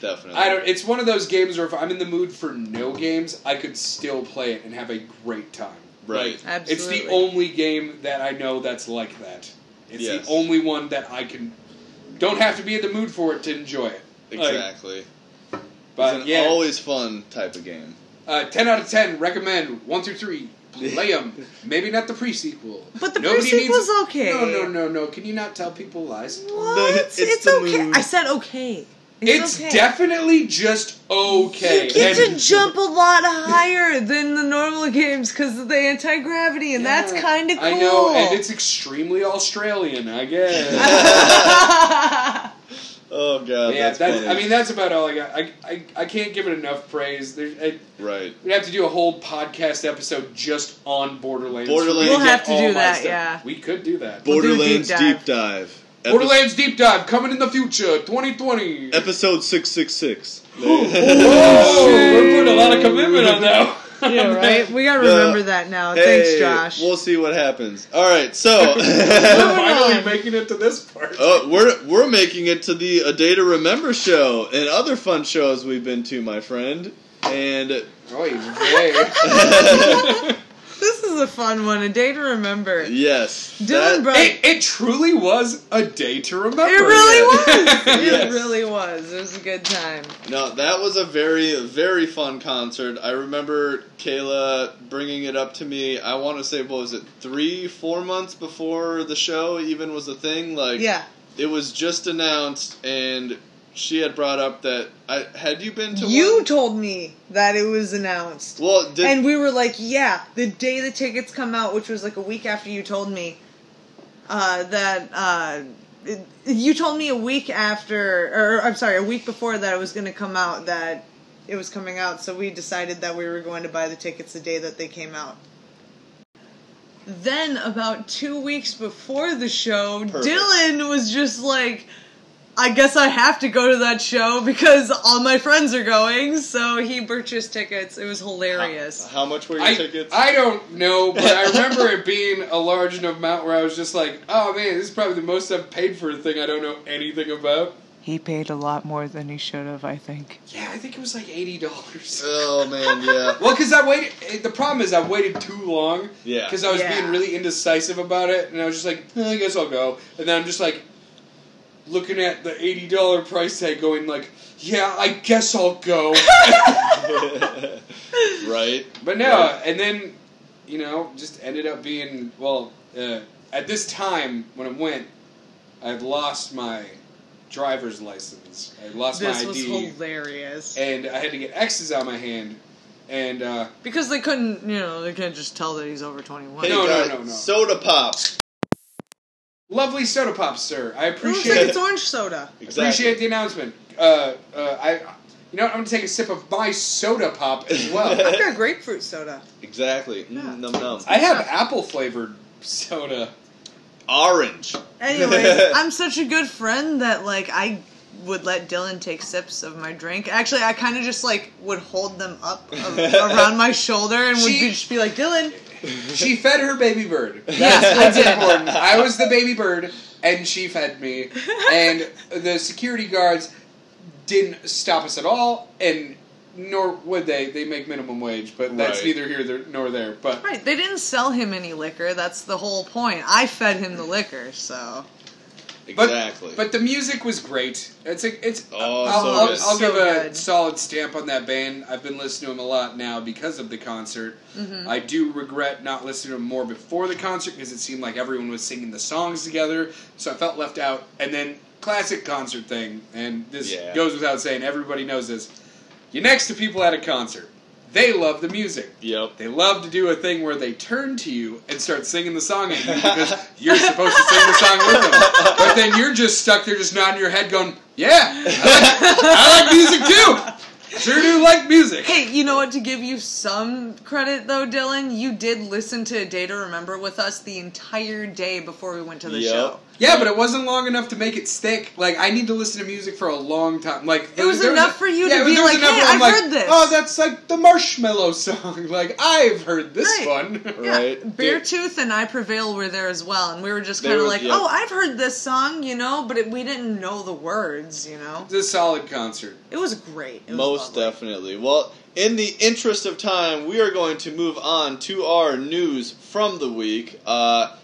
[SPEAKER 1] Definitely.
[SPEAKER 3] I don't. It's one of those games where if I'm in the mood for no games, I could still play it and have a great time.
[SPEAKER 1] Right.
[SPEAKER 3] Like, It's
[SPEAKER 2] Absolutely.
[SPEAKER 3] the only game that I know that's like that. It's
[SPEAKER 1] Yes.
[SPEAKER 3] the only one that I can. Don't have to be in the mood for it to enjoy it. Like,
[SPEAKER 1] exactly.
[SPEAKER 3] But
[SPEAKER 1] it's an
[SPEAKER 3] yeah,
[SPEAKER 1] always fun type of game.
[SPEAKER 3] uh, ten out of ten. Recommend one through three. Play them. Maybe not the pre sequel.
[SPEAKER 2] But the pre-sequel's okay.
[SPEAKER 3] No, no, no, no. Can you not tell people lies?
[SPEAKER 2] What?
[SPEAKER 1] It's
[SPEAKER 2] It's,
[SPEAKER 1] the
[SPEAKER 2] okay.
[SPEAKER 1] mood.
[SPEAKER 2] I said okay.
[SPEAKER 3] It's,
[SPEAKER 2] okay.
[SPEAKER 3] definitely just okay.
[SPEAKER 2] You get
[SPEAKER 3] And-
[SPEAKER 2] to jump a lot higher than the normal games because of the anti gravity, and that's
[SPEAKER 3] Yeah.
[SPEAKER 2] kind of cool.
[SPEAKER 3] I know, and it's extremely Australian, I guess.
[SPEAKER 1] Oh god,
[SPEAKER 3] yeah,
[SPEAKER 1] that's,
[SPEAKER 3] that's,
[SPEAKER 1] funny.
[SPEAKER 3] I mean, that's about all I got. I, I, I can't give it enough praise. There, I,
[SPEAKER 1] right.
[SPEAKER 3] we'd have to do a whole podcast episode just on Borderlands.
[SPEAKER 1] Borderlands.
[SPEAKER 3] We'll
[SPEAKER 1] We'll
[SPEAKER 2] have to do that, yeah.
[SPEAKER 3] We could do that.
[SPEAKER 2] We'll do a deep
[SPEAKER 1] Borderlands deep dive.
[SPEAKER 2] dive.
[SPEAKER 1] Epi-
[SPEAKER 3] Borderlands Deep Dive coming in the future, 2020.
[SPEAKER 1] episode six six six.
[SPEAKER 3] Whoa, we're putting a lot of commitment on that. one.
[SPEAKER 2] Yeah, right. We gotta
[SPEAKER 1] Yeah.
[SPEAKER 2] remember that now. Thanks,
[SPEAKER 1] Hey,
[SPEAKER 2] Josh.
[SPEAKER 1] We'll see what happens. All right, so
[SPEAKER 3] We're finally
[SPEAKER 2] on.
[SPEAKER 3] making it to this part.
[SPEAKER 1] uh, we're we're making it to the A Day to Remember show and other fun shows we've been to, my friend. And
[SPEAKER 3] Oh, you way.
[SPEAKER 2] This is a fun one. A day to remember.
[SPEAKER 1] yes,
[SPEAKER 2] Dylan Bro-
[SPEAKER 3] It, it truly was a day to remember.
[SPEAKER 2] It really was. It
[SPEAKER 1] Yes.
[SPEAKER 2] really was. It was a good time.
[SPEAKER 1] No, that was a very, very fun concert. I remember Kayla bringing it up to me. I want to say, what was it, three, four months before the show even was a thing? Like,
[SPEAKER 2] Yeah.
[SPEAKER 1] it was just announced, and she had brought up that I had you been to
[SPEAKER 2] You
[SPEAKER 1] one?
[SPEAKER 2] told me that it was announced.
[SPEAKER 1] well, did
[SPEAKER 2] and we were like, yeah, the day the tickets come out, which was like a week after you told me uh, that. Uh, it- you told me a week after, or I'm sorry, a week before that it was going to come out that it was coming out, so we decided that we were going to buy the tickets the day that they came out. Then, about two weeks before the show,
[SPEAKER 1] Perfect.
[SPEAKER 2] Dylan was just like, I guess I have to go to that show because all my friends are going. So he purchased tickets. It was hilarious.
[SPEAKER 1] how much were your
[SPEAKER 3] I,
[SPEAKER 1] tickets?
[SPEAKER 3] I don't know, but I remember it being a large enough amount where I was just like, oh man, this is probably the most I've paid for a thing I don't know anything about.
[SPEAKER 2] He paid a lot more than he should have, I think.
[SPEAKER 3] Yeah, I think it was like $80.
[SPEAKER 1] oh man, yeah.
[SPEAKER 3] Well, because I waited. eh, The problem is I waited too long.
[SPEAKER 1] Yeah.
[SPEAKER 3] Because I was
[SPEAKER 2] Yeah.
[SPEAKER 3] being really indecisive about it, and I was just like, eh, I guess I'll go. And then I'm just like, looking at the eighty dollar price tag, going like, Yeah, I guess I'll go.
[SPEAKER 1] right.
[SPEAKER 3] But no,
[SPEAKER 1] Right.
[SPEAKER 3] and then you know, just ended up being well. Uh, at this time when I went, I had lost my driver's license. I had lost
[SPEAKER 2] This
[SPEAKER 3] my
[SPEAKER 2] was
[SPEAKER 3] ID,
[SPEAKER 2] hilarious.
[SPEAKER 3] and I had to get X's on my hand. And uh,
[SPEAKER 2] Because they couldn't, you know, they can't just tell that he's over 21.
[SPEAKER 1] Hey,
[SPEAKER 3] No, no,
[SPEAKER 1] guys,
[SPEAKER 3] no, no.
[SPEAKER 1] Soda pop.
[SPEAKER 3] lovely soda pop, sir. I
[SPEAKER 2] It looks
[SPEAKER 3] appreciate
[SPEAKER 2] like
[SPEAKER 3] it.
[SPEAKER 2] it's orange soda.
[SPEAKER 1] Exactly.
[SPEAKER 3] Appreciate the announcement. Uh, uh, I, you know, what? I'm gonna take a sip of my soda pop as well.
[SPEAKER 2] I've got grapefruit soda.
[SPEAKER 1] Exactly.
[SPEAKER 2] Yeah.
[SPEAKER 1] Mm, num num.
[SPEAKER 3] I have apple flavored soda.
[SPEAKER 1] Orange.
[SPEAKER 2] Anyways, I'm such a good friend that, like, I would let Dylan take sips of my drink. Actually, I kind of just, like, would hold them up a- around my shoulder and would
[SPEAKER 3] She-
[SPEAKER 2] be, just be like, Dylan,
[SPEAKER 3] She fed her baby bird.
[SPEAKER 2] Yes, I
[SPEAKER 3] That's
[SPEAKER 2] did.
[SPEAKER 3] important. I was the baby bird, and she fed me. And the security guards didn't stop us at all, and nor would they. They make minimum wage, but that's
[SPEAKER 1] Right.
[SPEAKER 3] neither here there- nor there. But
[SPEAKER 2] Right, they didn't sell him any liquor. That's the whole point. I fed him the liquor, so
[SPEAKER 3] but
[SPEAKER 1] Exactly.
[SPEAKER 3] but the music was great. It's a it's.
[SPEAKER 1] Oh,
[SPEAKER 3] I'll,
[SPEAKER 1] so
[SPEAKER 3] I'll-
[SPEAKER 1] good.
[SPEAKER 2] So
[SPEAKER 3] I'll give a
[SPEAKER 2] good.
[SPEAKER 3] solid stamp on that band. I've been listening to them a lot now because of the concert.
[SPEAKER 2] Mm-hmm.
[SPEAKER 3] I do regret not listening to them more before the concert because it seemed like everyone was singing the songs together, so I felt left out. And then classic concert thing, and this
[SPEAKER 1] Yeah.
[SPEAKER 3] goes without saying. Everybody knows this. You're next to people at a concert. They love the music.
[SPEAKER 1] yep.
[SPEAKER 3] They love to do a thing where they turn to you and start singing the song at you because you're supposed to sing the song with them. But then you're just stuck there, just nodding your head, going, "Yeah, I like, I like music too. Sure do like music."
[SPEAKER 2] Hey, you know what? To give you some credit, though, Dylan, you did listen to Day to Remember with us the entire day before we went to the
[SPEAKER 1] Yep.
[SPEAKER 2] show.
[SPEAKER 3] Yeah, but it wasn't long enough to make it stick. Like I need to listen to music for a long time. Like
[SPEAKER 2] It was
[SPEAKER 3] there
[SPEAKER 2] enough for you to
[SPEAKER 3] it
[SPEAKER 2] be
[SPEAKER 3] there was
[SPEAKER 2] like,
[SPEAKER 3] enough
[SPEAKER 2] "Hey,
[SPEAKER 3] where I'm
[SPEAKER 2] I've heard this."
[SPEAKER 3] Oh, that's like the Marshmallow song. Like I've heard this
[SPEAKER 2] Right.
[SPEAKER 3] one.
[SPEAKER 2] Yeah,
[SPEAKER 1] Right. Dude.
[SPEAKER 2] Beartooth and I Prevail were there as well, and we were just
[SPEAKER 1] They
[SPEAKER 2] kind of
[SPEAKER 1] were-
[SPEAKER 2] like,
[SPEAKER 1] yep.
[SPEAKER 2] "Oh, I've heard this song," you know, but it, we didn't know the words, you know.
[SPEAKER 3] It's a solid concert.
[SPEAKER 2] It was great. It was
[SPEAKER 1] Most
[SPEAKER 2] lovely.
[SPEAKER 1] definitely. Well, in the interest of time, we are going to move on to our news from the week. Uh,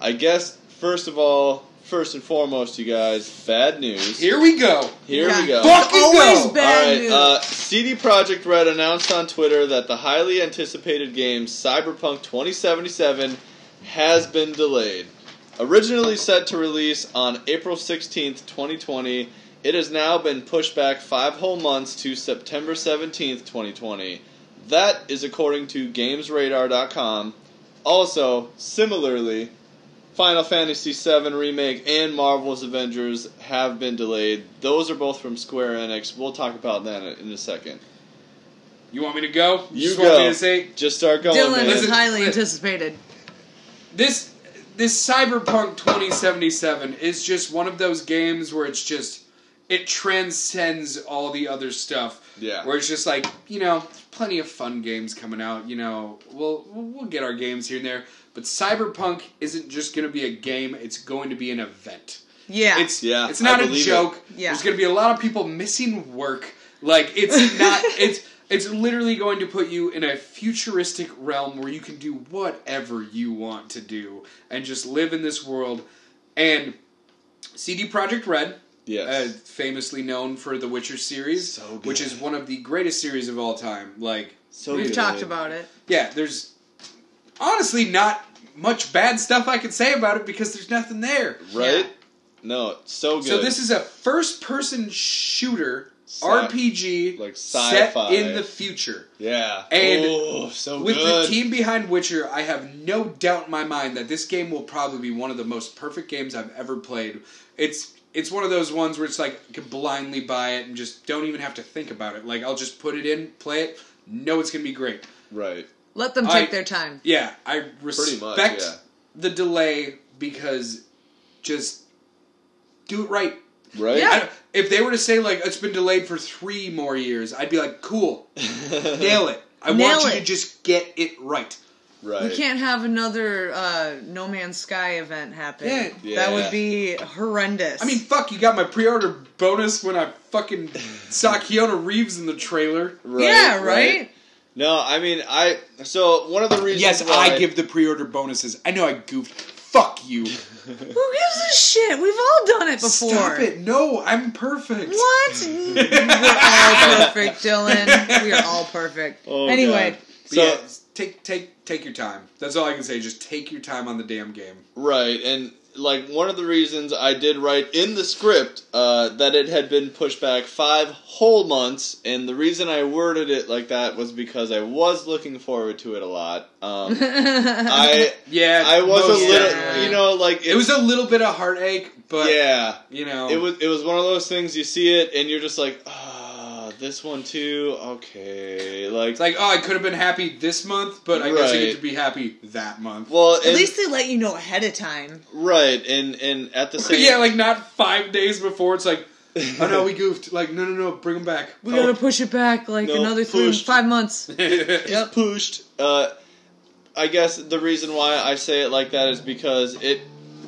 [SPEAKER 1] I guess, first of all, first and foremost, you guys, bad news.
[SPEAKER 3] Here we go.
[SPEAKER 1] Here we
[SPEAKER 2] Yeah.
[SPEAKER 1] go.
[SPEAKER 3] Fuck
[SPEAKER 2] It's always
[SPEAKER 3] go.
[SPEAKER 2] bad news.
[SPEAKER 1] Uh, CD Projekt Red announced on Twitter that the highly anticipated game Cyberpunk 2077 has been delayed. Originally set to release on April 16th, 2020, it has now been pushed back five whole months to September 17th, 2020. That is according to GamesRadar.com. Also, similarly, Final Fantasy VII Remake and Marvel's Avengers have been delayed. Those are both from Square Enix. We'll talk about that in a second.
[SPEAKER 3] You want me to go?
[SPEAKER 1] You
[SPEAKER 3] just
[SPEAKER 1] go.
[SPEAKER 3] want me to say
[SPEAKER 1] Just start going,
[SPEAKER 2] Dylan
[SPEAKER 1] man.
[SPEAKER 2] is
[SPEAKER 3] Listen-
[SPEAKER 2] highly
[SPEAKER 3] listen.
[SPEAKER 2] anticipated.
[SPEAKER 3] this this Cyberpunk 2077 is just one of those games where it's just it transcends all the other stuff.
[SPEAKER 1] Yeah.
[SPEAKER 3] Where it's just like, you know, there's plenty of fun games coming out, you know, we'll we'll get our games here and there, but Cyberpunk isn't just going to be a game, it's going to be an event.
[SPEAKER 2] Yeah.
[SPEAKER 3] It's
[SPEAKER 1] Yeah,
[SPEAKER 3] it's
[SPEAKER 1] I
[SPEAKER 3] not a
[SPEAKER 1] believe it.
[SPEAKER 3] joke.
[SPEAKER 2] Yeah.
[SPEAKER 3] There's going to be a lot of people missing work. Like it's not it's it's literally going to put you in a futuristic realm where you can do whatever you want to do and just live in this world and CD Project Red uh,
[SPEAKER 1] Yes.
[SPEAKER 3] famously known for the Witcher series,
[SPEAKER 1] So good.
[SPEAKER 3] which is one of the greatest series of all time. Like,
[SPEAKER 1] so
[SPEAKER 2] We've
[SPEAKER 1] good.
[SPEAKER 2] talked about it.
[SPEAKER 3] yeah, there's honestly not much bad stuff I can say about it because there's nothing there.
[SPEAKER 1] Right?
[SPEAKER 2] Yeah.
[SPEAKER 1] No, it's so good.
[SPEAKER 3] So this is a first-person shooter
[SPEAKER 1] Sci-
[SPEAKER 3] RPG
[SPEAKER 1] like
[SPEAKER 3] set
[SPEAKER 1] sci-fi.
[SPEAKER 3] in the future.
[SPEAKER 1] yeah.
[SPEAKER 3] and
[SPEAKER 1] oh, so
[SPEAKER 3] With
[SPEAKER 1] good.
[SPEAKER 3] the team behind Witcher, I have no doubt in my mind that this game will probably be one of the most perfect games I've ever played. It's it's one of those ones where it's like I can blindly buy it and just don't even have to think about it. Like I'll just put it in, play it, know it's gonna be great.
[SPEAKER 1] right.
[SPEAKER 2] Let them take
[SPEAKER 3] I-
[SPEAKER 2] their time.
[SPEAKER 3] Yeah, I respect
[SPEAKER 1] much, yeah.
[SPEAKER 3] the delay because just do it right.
[SPEAKER 1] Right?
[SPEAKER 2] Yeah.
[SPEAKER 3] I don't- if they were to say like it's been delayed for three more years, I'd be like, cool, nail it. I
[SPEAKER 2] Nail
[SPEAKER 3] want you
[SPEAKER 2] it.
[SPEAKER 3] to just get it right.
[SPEAKER 1] right.
[SPEAKER 2] We can't have another uh, No Man's Sky event happen.
[SPEAKER 3] Yeah.
[SPEAKER 1] Yeah.
[SPEAKER 2] That would be horrendous.
[SPEAKER 3] I mean, fuck, you got my pre-order bonus when I fucking saw Keanu Reeves in the trailer.
[SPEAKER 1] Right,
[SPEAKER 2] yeah, right?
[SPEAKER 1] No, I mean I. So one of the reasons.
[SPEAKER 3] Yes,
[SPEAKER 1] why,
[SPEAKER 3] I give the pre-order bonuses. I know I goofed. Fuck you.
[SPEAKER 2] Who gives a shit? We've all done it before.
[SPEAKER 3] Stop it. No, I'm perfect.
[SPEAKER 2] What? We're all perfect, Dylan. We are all perfect.
[SPEAKER 1] Oh,
[SPEAKER 2] anyway,
[SPEAKER 1] God.
[SPEAKER 3] But
[SPEAKER 1] So
[SPEAKER 3] yeah, take take take your time. That's all I can say. Just take your time on the damn game.
[SPEAKER 1] right, and like one of the reasons I did write in the script uh, that it had been pushed back five whole months, and the reason I worded it like that was because I was looking forward to it a lot. Um, I
[SPEAKER 3] Yeah,
[SPEAKER 1] I was
[SPEAKER 3] most
[SPEAKER 1] a little,
[SPEAKER 3] definitely.
[SPEAKER 1] you know, like
[SPEAKER 3] It was a Oh. little bit of heartache, but
[SPEAKER 1] yeah.
[SPEAKER 3] you know,
[SPEAKER 1] It was it was one of those things you see it and you're just like, ah, this one too. Okay, like
[SPEAKER 3] It's like, oh, I could have been happy this month, but I guess I
[SPEAKER 1] Right.
[SPEAKER 3] get to be happy that month.
[SPEAKER 1] well,
[SPEAKER 2] at
[SPEAKER 1] and-
[SPEAKER 2] least they let you know ahead of time.
[SPEAKER 1] Right, and and at the same
[SPEAKER 3] yeah, like not five days before. It's like, oh no, we goofed. Like, no, no, no, bring them back.
[SPEAKER 2] We
[SPEAKER 3] Oh.
[SPEAKER 2] gotta push it back like
[SPEAKER 1] No,
[SPEAKER 2] another three,
[SPEAKER 1] push.
[SPEAKER 2] five months.
[SPEAKER 1] it's pushed. Uh, I guess the reason why I say it like that is because it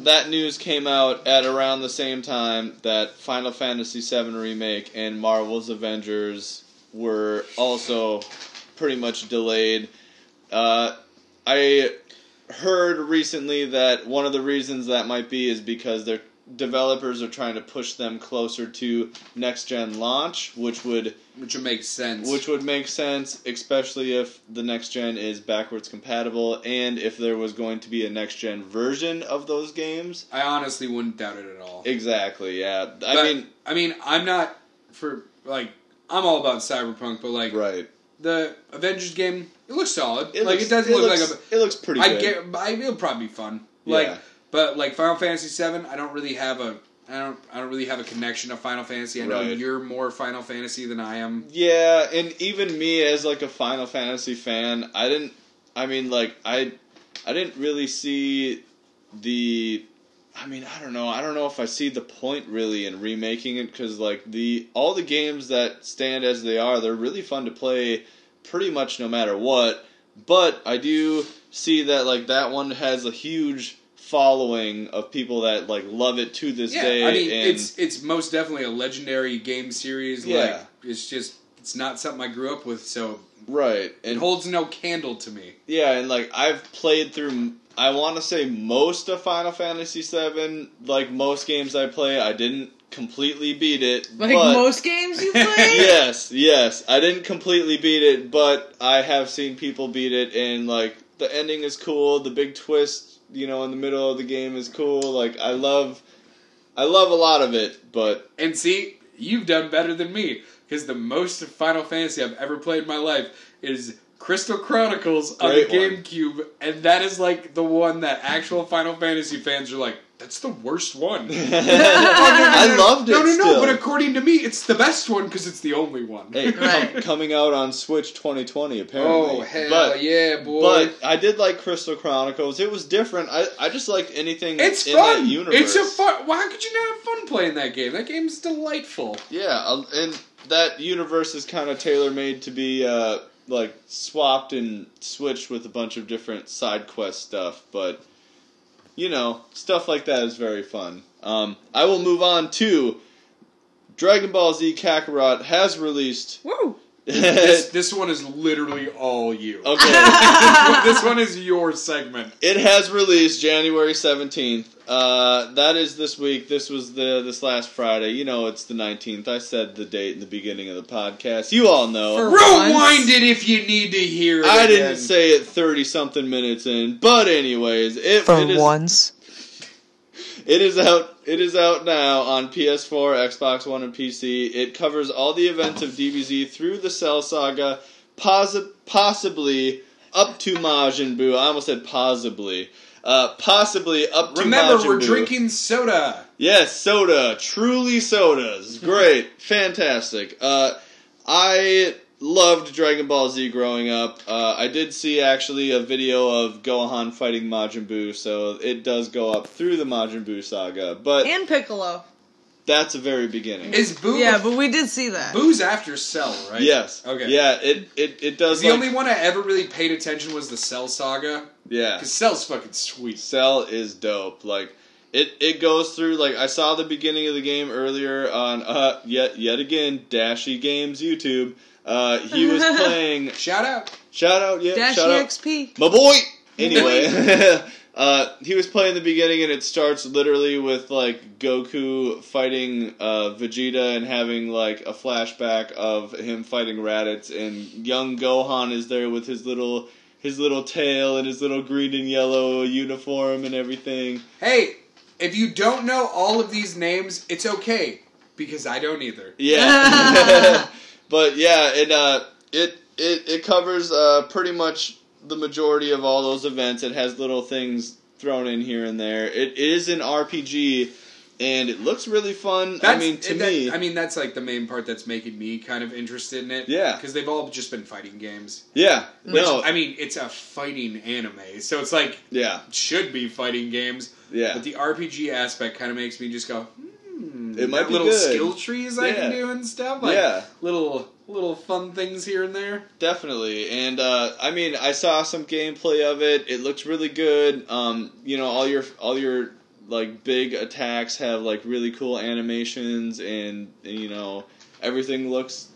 [SPEAKER 1] that news came out at around the same time that Final Fantasy VII remake and Marvel's Avengers were also pretty much delayed. Uh, I heard recently that one of the reasons that might be is because their developers are trying to push them closer to next gen launch, which would
[SPEAKER 3] Which would make sense.
[SPEAKER 1] which would make sense, especially if the next gen is backwards compatible and if there was going to be a next gen version of those games.
[SPEAKER 3] I honestly wouldn't doubt it at all.
[SPEAKER 1] Exactly, yeah. I
[SPEAKER 3] But,
[SPEAKER 1] mean,
[SPEAKER 3] I mean, I'm not for like, I'm all about cyberpunk, but like
[SPEAKER 1] right.
[SPEAKER 3] the Avengers game, it looks solid.
[SPEAKER 1] It
[SPEAKER 3] like
[SPEAKER 1] looks,
[SPEAKER 3] it doesn't look
[SPEAKER 1] looks,
[SPEAKER 3] like a.
[SPEAKER 1] It looks pretty
[SPEAKER 3] I
[SPEAKER 1] good.
[SPEAKER 3] get. I, it'll probably be fun. Like,
[SPEAKER 1] Yeah.
[SPEAKER 3] but like Final Fantasy Seven, I don't really have a. I don't. I don't really have a connection to Final Fantasy. I know
[SPEAKER 1] Right.
[SPEAKER 3] you're more Final Fantasy than I am.
[SPEAKER 1] Yeah, and even me as like a Final Fantasy fan, I didn't. I mean, like I, I didn't really see the. I mean, I don't know. I don't know if I see the point really in remaking it because like the all the games that stand as they are, they're really fun to play, pretty much no matter what. But I do see that like that one has a huge following of people that like love it to this
[SPEAKER 3] Yeah,
[SPEAKER 1] day.
[SPEAKER 3] I mean,
[SPEAKER 1] and
[SPEAKER 3] it's it's most definitely a legendary game series. Like,
[SPEAKER 1] Yeah.
[SPEAKER 3] it's just it's not something I grew up with, so
[SPEAKER 1] right
[SPEAKER 3] it
[SPEAKER 1] and
[SPEAKER 3] holds no candle to me.
[SPEAKER 1] Yeah, and like I've played through. I want to say most of Final Fantasy VII. Like most games I play, I didn't completely beat it.
[SPEAKER 2] Like
[SPEAKER 1] but-
[SPEAKER 2] most games you play?
[SPEAKER 1] Yes, yes, I didn't completely beat it, but I have seen people beat it, and like the ending is cool. The big twist, you know, in the middle of the game is cool. Like I love, I love a lot of it, but
[SPEAKER 3] And see, you've done better than me because the most Final Fantasy I've ever played in my life is Crystal Chronicles
[SPEAKER 1] Great
[SPEAKER 3] on the
[SPEAKER 1] one.
[SPEAKER 3] GameCube, and that is like the one that actual Final Fantasy fans are like, that's the worst one.
[SPEAKER 1] I loved it.
[SPEAKER 3] No, no,
[SPEAKER 1] still.
[SPEAKER 3] no. But according to me, it's the best one because it's the only one.
[SPEAKER 1] Hey, com-
[SPEAKER 2] Right.
[SPEAKER 1] coming out on Switch 2020 apparently.
[SPEAKER 3] oh hell
[SPEAKER 1] but,
[SPEAKER 3] yeah, boy!
[SPEAKER 1] But I did like Crystal Chronicles. It was different. I, I just liked anything
[SPEAKER 3] it's
[SPEAKER 1] in
[SPEAKER 3] fun.
[SPEAKER 1] that universe.
[SPEAKER 3] It's a fun. Why could you not have fun playing that game? That game's delightful.
[SPEAKER 1] Yeah, I'll- and that universe is kind of tailor made to be uh, like swapped and switched with a bunch of different side quest stuff. But you know, stuff like that is very fun. Um, I will move on to Dragon Ball Z Kakarot has released.
[SPEAKER 2] Woo!
[SPEAKER 3] this, this one is literally all you.
[SPEAKER 1] okay.
[SPEAKER 3] this, one, this one is your segment.
[SPEAKER 1] It has released January seventeenth. Uh, that is this week. This was the this last Friday. You know, it's the nineteenth. I said the date in the beginning of the podcast. You all know.
[SPEAKER 2] For
[SPEAKER 3] Rewind
[SPEAKER 2] once.
[SPEAKER 3] it if you need to hear it.
[SPEAKER 1] I
[SPEAKER 3] again.
[SPEAKER 1] didn't say it thirty something minutes in, but anyways, it it is
[SPEAKER 2] once.
[SPEAKER 1] it is out it is out now on PS4, Xbox One, and PC. It covers all the events of DBZ through the Cell Saga, posi- possibly up to Majin Buu. I almost said possibly. Uh, possibly up to
[SPEAKER 3] Remember,
[SPEAKER 1] Majin
[SPEAKER 3] we're
[SPEAKER 1] Buu.
[SPEAKER 3] drinking soda.
[SPEAKER 1] Yes, soda. Truly sodas. Great. Fantastic. Uh, I loved Dragon Ball Z growing up. Uh, I did see actually a video of Gohan fighting Majin Buu, so it does go up through the Majin Buu saga, but
[SPEAKER 2] And Piccolo.
[SPEAKER 1] that's a very beginning.
[SPEAKER 3] Is Boo?
[SPEAKER 2] Yeah, but we did see that.
[SPEAKER 3] Boo's after Cell, right?
[SPEAKER 1] Yes.
[SPEAKER 3] Okay.
[SPEAKER 1] Yeah, it, it, it does
[SPEAKER 3] The
[SPEAKER 1] like-
[SPEAKER 3] only one I ever really paid attention was the Cell saga.
[SPEAKER 1] Yeah.
[SPEAKER 3] Because Cell's fucking sweet.
[SPEAKER 1] Cell is dope. Like it, it goes through. Like I saw the beginning of the game earlier on. Uh, yet yet again, Dashy Games YouTube. Uh, he was playing.
[SPEAKER 3] Shout out.
[SPEAKER 1] shout out, yeah,
[SPEAKER 2] Dash E
[SPEAKER 1] shout out,
[SPEAKER 2] EXP.
[SPEAKER 1] my boy. Anyway, uh, he was playing the beginning, and it starts literally with like Goku fighting uh, Vegeta and having like a flashback of him fighting Raditz, and young Gohan is there with his little his little tail and his little green and yellow uniform and everything.
[SPEAKER 3] Hey, if you don't know all of these names, it's okay. Because I don't either.
[SPEAKER 1] Yeah. but yeah, it uh it it it covers uh pretty much the majority of all those events. It has little things thrown in here and there. It is an RPG and it looks really fun. I
[SPEAKER 3] That's-
[SPEAKER 1] mean to
[SPEAKER 3] it- that-
[SPEAKER 1] me.
[SPEAKER 3] I mean that's like the main part that's making me kind of interested in it.
[SPEAKER 1] Yeah.
[SPEAKER 3] because they've all just been fighting games.
[SPEAKER 1] yeah.
[SPEAKER 3] Which,
[SPEAKER 1] No.
[SPEAKER 3] I mean it's a fighting anime, so it's like
[SPEAKER 1] yeah.
[SPEAKER 3] it should be fighting games.
[SPEAKER 1] Yeah.
[SPEAKER 3] But the RPG aspect kind of makes me just go, hmm.
[SPEAKER 1] It might
[SPEAKER 3] got
[SPEAKER 1] be
[SPEAKER 3] little
[SPEAKER 1] good.
[SPEAKER 3] skill trees I can
[SPEAKER 1] Yeah.
[SPEAKER 3] do and stuff. Like
[SPEAKER 1] Yeah.
[SPEAKER 3] little little fun things here and there.
[SPEAKER 1] Definitely, and uh, I mean, I saw some gameplay of it. It looks really good. Um, you know, all your all your like big attacks have like really cool animations, and you know, everything looks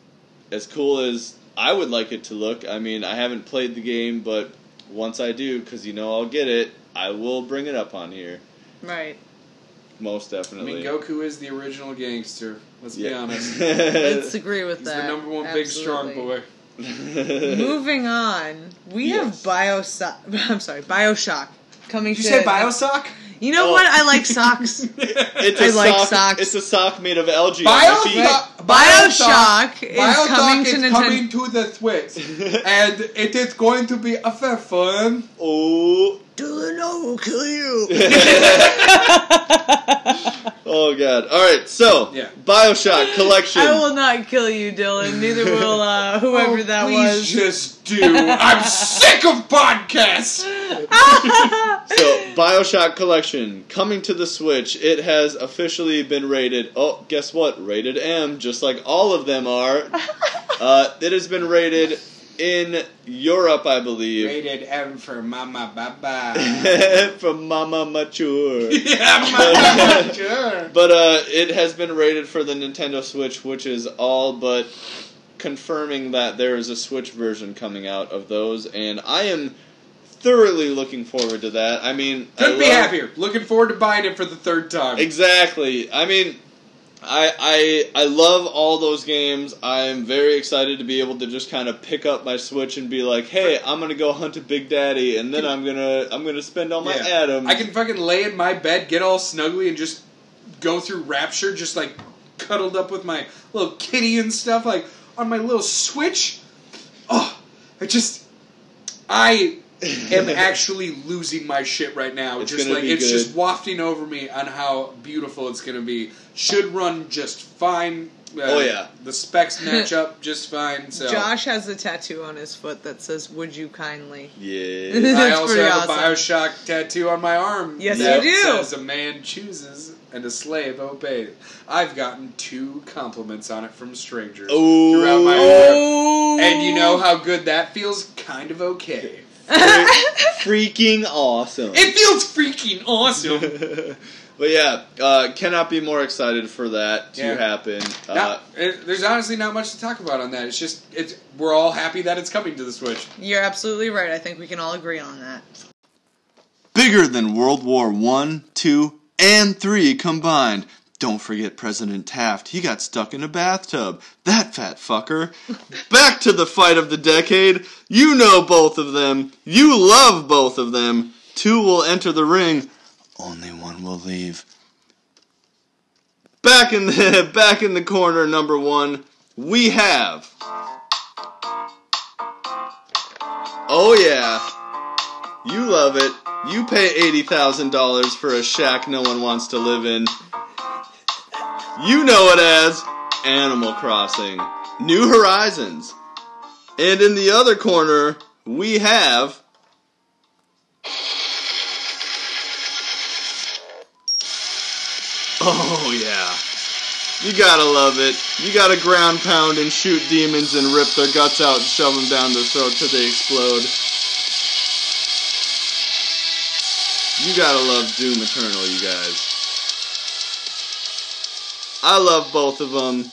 [SPEAKER 1] as cool as I would like it to look. I mean, I haven't played the game, but once I do, because you know I'll get it, I will bring it up on here
[SPEAKER 2] Right.
[SPEAKER 1] most
[SPEAKER 3] I
[SPEAKER 1] definitely.
[SPEAKER 3] mean, Goku is the original gangster. Let's be honest.
[SPEAKER 2] Let's
[SPEAKER 1] honest.
[SPEAKER 2] agree with
[SPEAKER 3] He's
[SPEAKER 2] that.
[SPEAKER 3] the number one big strong
[SPEAKER 2] Absolutely.
[SPEAKER 3] boy.
[SPEAKER 2] Moving on, we
[SPEAKER 1] Yes.
[SPEAKER 2] have Bioshock. I'm sorry, Bioshock coming.
[SPEAKER 3] Did you
[SPEAKER 2] to,
[SPEAKER 3] say Biosock?
[SPEAKER 2] You know
[SPEAKER 1] Oh.
[SPEAKER 2] what? I like socks.
[SPEAKER 1] It's
[SPEAKER 2] I
[SPEAKER 1] a
[SPEAKER 2] like
[SPEAKER 1] sock,
[SPEAKER 2] socks.
[SPEAKER 1] It's a sock made of algae.
[SPEAKER 3] Bio-
[SPEAKER 1] on your feet.
[SPEAKER 2] Bioshock is
[SPEAKER 3] Bioshock
[SPEAKER 2] coming
[SPEAKER 3] is
[SPEAKER 2] to Nintendo.
[SPEAKER 3] coming to the Switch, and it is going to be a fair fun.
[SPEAKER 1] Oh.
[SPEAKER 2] Delano will kill you.
[SPEAKER 1] oh god. All right. So,
[SPEAKER 3] Yeah.
[SPEAKER 1] BioShock collection.
[SPEAKER 2] I will not kill you, Dylan. Neither will uh, whoever
[SPEAKER 3] Oh,
[SPEAKER 2] that
[SPEAKER 3] please
[SPEAKER 2] was.
[SPEAKER 3] just do. I'm sick of podcasts.
[SPEAKER 1] So, BioShock collection coming to the Switch. It has officially been rated. Oh, guess what? Rated M, just like all of them are. uh, it has been rated in Europe, I believe.
[SPEAKER 3] Rated M for Mama Baba.
[SPEAKER 1] From Mama Mature.
[SPEAKER 3] yeah, Mama Sure.
[SPEAKER 1] But uh, it has been rated for the Nintendo Switch, which is all but confirming that there is a Switch version coming out of those, and I am thoroughly looking forward to that. I mean, I
[SPEAKER 3] Couldn't be
[SPEAKER 1] love-
[SPEAKER 3] happier. Looking forward to buying it for the third time.
[SPEAKER 1] Exactly. I mean, I I I love all those games. I am very excited to be able to just kind of pick up my Switch and be like, "Hey, I'm gonna go hunt a Big Daddy, and then I'm gonna I'm gonna spend all my
[SPEAKER 3] Yeah.
[SPEAKER 1] atoms."
[SPEAKER 3] I can fucking lay in my bed, get all snuggly, and just go through rapture, just like cuddled up with my little kitty and stuff, like on my little switch. Oh, I just I am actually losing my shit right now.
[SPEAKER 1] It's
[SPEAKER 3] just
[SPEAKER 1] gonna
[SPEAKER 3] like
[SPEAKER 1] be
[SPEAKER 3] it's
[SPEAKER 1] good.
[SPEAKER 3] just wafting over me on how beautiful it's gonna be. Should run just fine. Uh,
[SPEAKER 1] Oh, yeah.
[SPEAKER 3] the specs match up just fine. So
[SPEAKER 2] Josh has a tattoo on his foot that says "Would you kindly?"
[SPEAKER 1] yeah.
[SPEAKER 3] I
[SPEAKER 2] That's
[SPEAKER 3] also
[SPEAKER 2] pretty
[SPEAKER 3] have a
[SPEAKER 2] awesome.
[SPEAKER 3] Bioshock tattoo on my arm.
[SPEAKER 2] Yes,
[SPEAKER 3] that
[SPEAKER 2] you do.
[SPEAKER 3] Says a man chooses and a slave obeys. I've gotten two compliments on it from strangers
[SPEAKER 1] Oh.
[SPEAKER 3] throughout my life,
[SPEAKER 2] Oh,
[SPEAKER 3] and you know how good that feels. Kind of okay.
[SPEAKER 1] Freaking awesome.
[SPEAKER 3] It feels freaking awesome.
[SPEAKER 1] but yeah, uh, cannot be more excited for that to
[SPEAKER 3] Yeah.
[SPEAKER 1] happen. Uh,
[SPEAKER 3] Not- it- there's honestly not much to talk about on that. It's just it's we're all happy that it's coming to the Switch.
[SPEAKER 2] You're absolutely right. I think we can all agree on that.
[SPEAKER 1] bigger than World War One, Two, and Three combined. Don't forget President Taft. He got stuck in a bathtub. That fat fucker. Back to the fight of the decade. You know both of them. You love both of them. Two will enter the ring. Only one will leave. Back in the back in the corner, number one. We have. Oh yeah. You love it. You pay eighty thousand dollars for a shack no one wants to live in. You know it as Animal Crossing: New Horizons. And in the other corner, we have Oh yeah. You gotta love it. You gotta ground pound and shoot demons and rip their guts out and shove them down their throat till they explode. You gotta love Doom Eternal, you guys. I love both of them.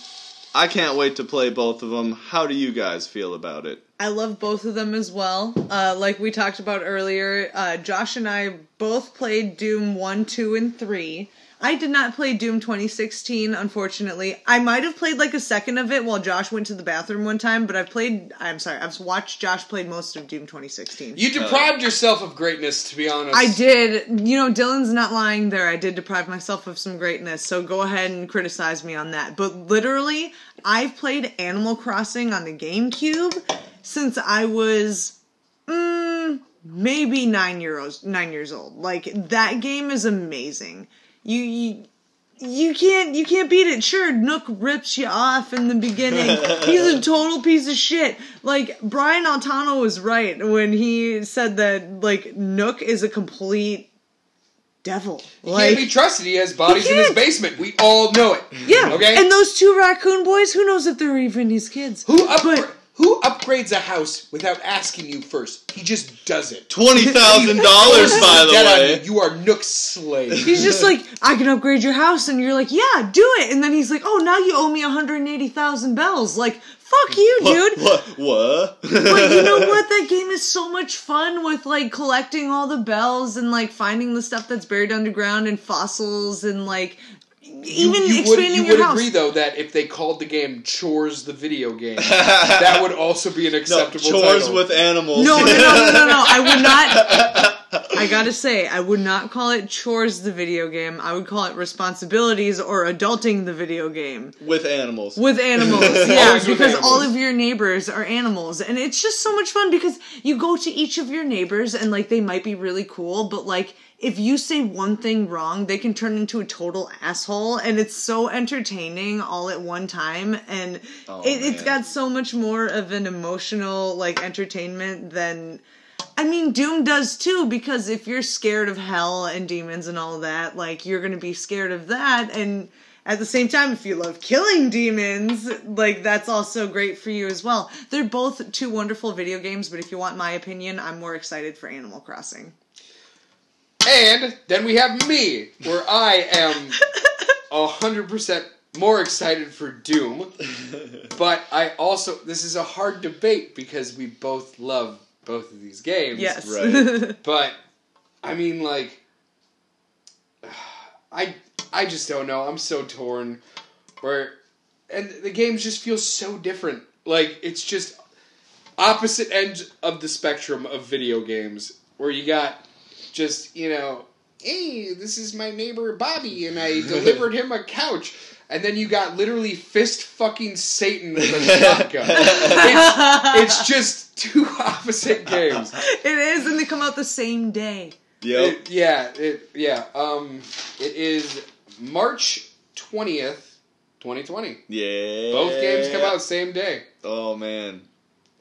[SPEAKER 1] I can't wait to play both of them. How do you guys feel about it?
[SPEAKER 2] I love both of them as well. Uh, like we talked about earlier, uh, Josh and I both played Doom 1, 2, and 3. I did not play Doom 2016, unfortunately. I might have played like a second of it while Josh went to the bathroom one time, but I've played, I'm sorry, I've watched Josh played most of Doom 2016.
[SPEAKER 3] You deprived yourself of greatness, to be honest.
[SPEAKER 2] Uh. I did, you know, Dylan's not lying there. I did deprive myself of some greatness, so go ahead and criticize me on that. But literally, I've played Animal Crossing on the GameCube since I was mm, maybe nine years nine years old. Like that game is amazing. You. you you can't you can't beat it. Sure, Nook rips you off in the beginning. He's a total piece of shit. Like Brian Altano was right when he said that like Nook is a complete devil.
[SPEAKER 3] He
[SPEAKER 2] Like
[SPEAKER 3] can't be trusted. He has bodies in his
[SPEAKER 2] can't.
[SPEAKER 3] basement. We all know it.
[SPEAKER 2] yeah.
[SPEAKER 3] Okay.
[SPEAKER 2] And those two raccoon boys, who knows if they're even his kids?
[SPEAKER 3] who up
[SPEAKER 2] But
[SPEAKER 3] who upgrades a house without asking you first? He just does it.
[SPEAKER 1] Twenty thousand dollars, by the
[SPEAKER 3] Dead on
[SPEAKER 1] way.
[SPEAKER 3] you. You are Nook's slave.
[SPEAKER 2] he's just like, I can upgrade your house, and you're like, yeah, do it. And then he's like, oh, now you owe me 180,000 bells. Like, fuck you, dude.
[SPEAKER 1] What? What?
[SPEAKER 2] but you know what? That game is so much fun with like collecting all the bells and like finding the stuff that's buried underground and fossils and like even
[SPEAKER 3] you would,
[SPEAKER 2] expanding
[SPEAKER 3] you
[SPEAKER 2] your
[SPEAKER 3] would
[SPEAKER 2] house.
[SPEAKER 3] agree though that if they called the game Chores the video game, that would also be an
[SPEAKER 1] No,
[SPEAKER 3] acceptable
[SPEAKER 1] chores
[SPEAKER 3] title.
[SPEAKER 1] with animals.
[SPEAKER 2] No, no, no, no, no, no. I would not. I gotta say, I would not call it chores the video game. I would call it responsibilities or adulting the video game
[SPEAKER 1] with animals.
[SPEAKER 2] with animals. Yeah,
[SPEAKER 3] Always with
[SPEAKER 2] because all
[SPEAKER 3] animals.
[SPEAKER 2] of your neighbors are animals, and it's just so much fun because you go to each of your neighbors and like they might be really cool, but like if you say one thing wrong, they can turn into a total asshole, and it's so entertaining all at one time, and
[SPEAKER 3] Oh,
[SPEAKER 2] it, it's
[SPEAKER 1] man.
[SPEAKER 2] got so much more of an emotional like entertainment than. I mean, Doom does too, because if you're scared of hell and demons and all that, like, you're gonna be scared of that. And at the same time, if you love killing demons, like, that's also great for you as well. They're both two wonderful video games, but if you want my opinion, I'm more excited for Animal Crossing.
[SPEAKER 3] And then we have me, where I am 100% more excited for Doom. But I also, this is a hard debate because we both love both of these games.
[SPEAKER 2] Yes.
[SPEAKER 1] right.
[SPEAKER 3] But, I mean, like, I, I just don't know. I'm so torn. Where, and the games just feel so different. Like, it's just opposite end of the spectrum of video games, where you got just you know hey this is my neighbor bobby and i delivered him a couch and then you got literally fist fucking Satan with a shotgun. it's, it's just two opposite games.
[SPEAKER 2] It is, and they come out the same day.
[SPEAKER 1] Yep.
[SPEAKER 3] It- yeah, it yeah. Um, it is March twentieth, twenty twenty.
[SPEAKER 1] Yeah.
[SPEAKER 3] Both games come out same day.
[SPEAKER 1] Oh man.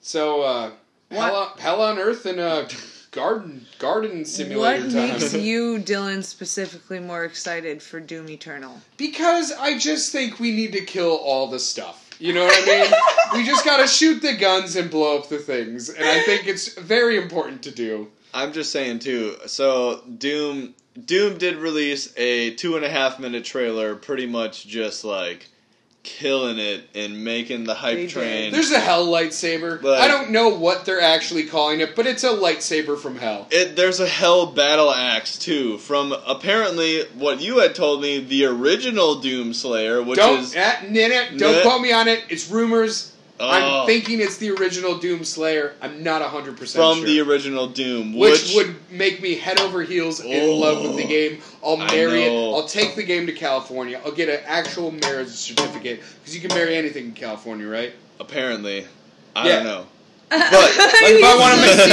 [SPEAKER 3] So uh, hell, on, hell on earth and uh, garden garden simulator
[SPEAKER 2] What
[SPEAKER 3] time.
[SPEAKER 2] makes you, Dylan, specifically more excited for Doom Eternal?
[SPEAKER 3] Because I just think we need to kill all the stuff. You know what I mean? we just gotta shoot the guns and blow up the things, and I think it's very important to do.
[SPEAKER 1] I'm just saying too. So Doom Doom did release a two and a half minute trailer, pretty much just like killing it and making the hype
[SPEAKER 2] They did.
[SPEAKER 1] train.
[SPEAKER 3] There's a hell lightsaber.
[SPEAKER 1] But-
[SPEAKER 3] I don't know what they're actually calling it, but it's a lightsaber from hell.
[SPEAKER 1] it, there's a hell battle axe too from apparently what you had told me the original Doom Slayer, which
[SPEAKER 3] don't
[SPEAKER 1] is
[SPEAKER 3] eh, nah, nah, don't
[SPEAKER 1] Nah.
[SPEAKER 3] quote me on it. It's rumors.
[SPEAKER 1] Oh.
[SPEAKER 3] I'm thinking it's the original Doom Slayer. I'm not 100%
[SPEAKER 1] from
[SPEAKER 3] sure.
[SPEAKER 1] the original Doom,
[SPEAKER 3] which, would make me head over heels
[SPEAKER 1] Oh.
[SPEAKER 3] in love with the game. I'll
[SPEAKER 1] I
[SPEAKER 3] marry it.
[SPEAKER 1] know.
[SPEAKER 3] I'll take the game to California. I'll get an actual marriage certificate because you can marry anything in California, right?
[SPEAKER 1] apparently I
[SPEAKER 3] Yeah.
[SPEAKER 1] don't know. But
[SPEAKER 3] if I wanna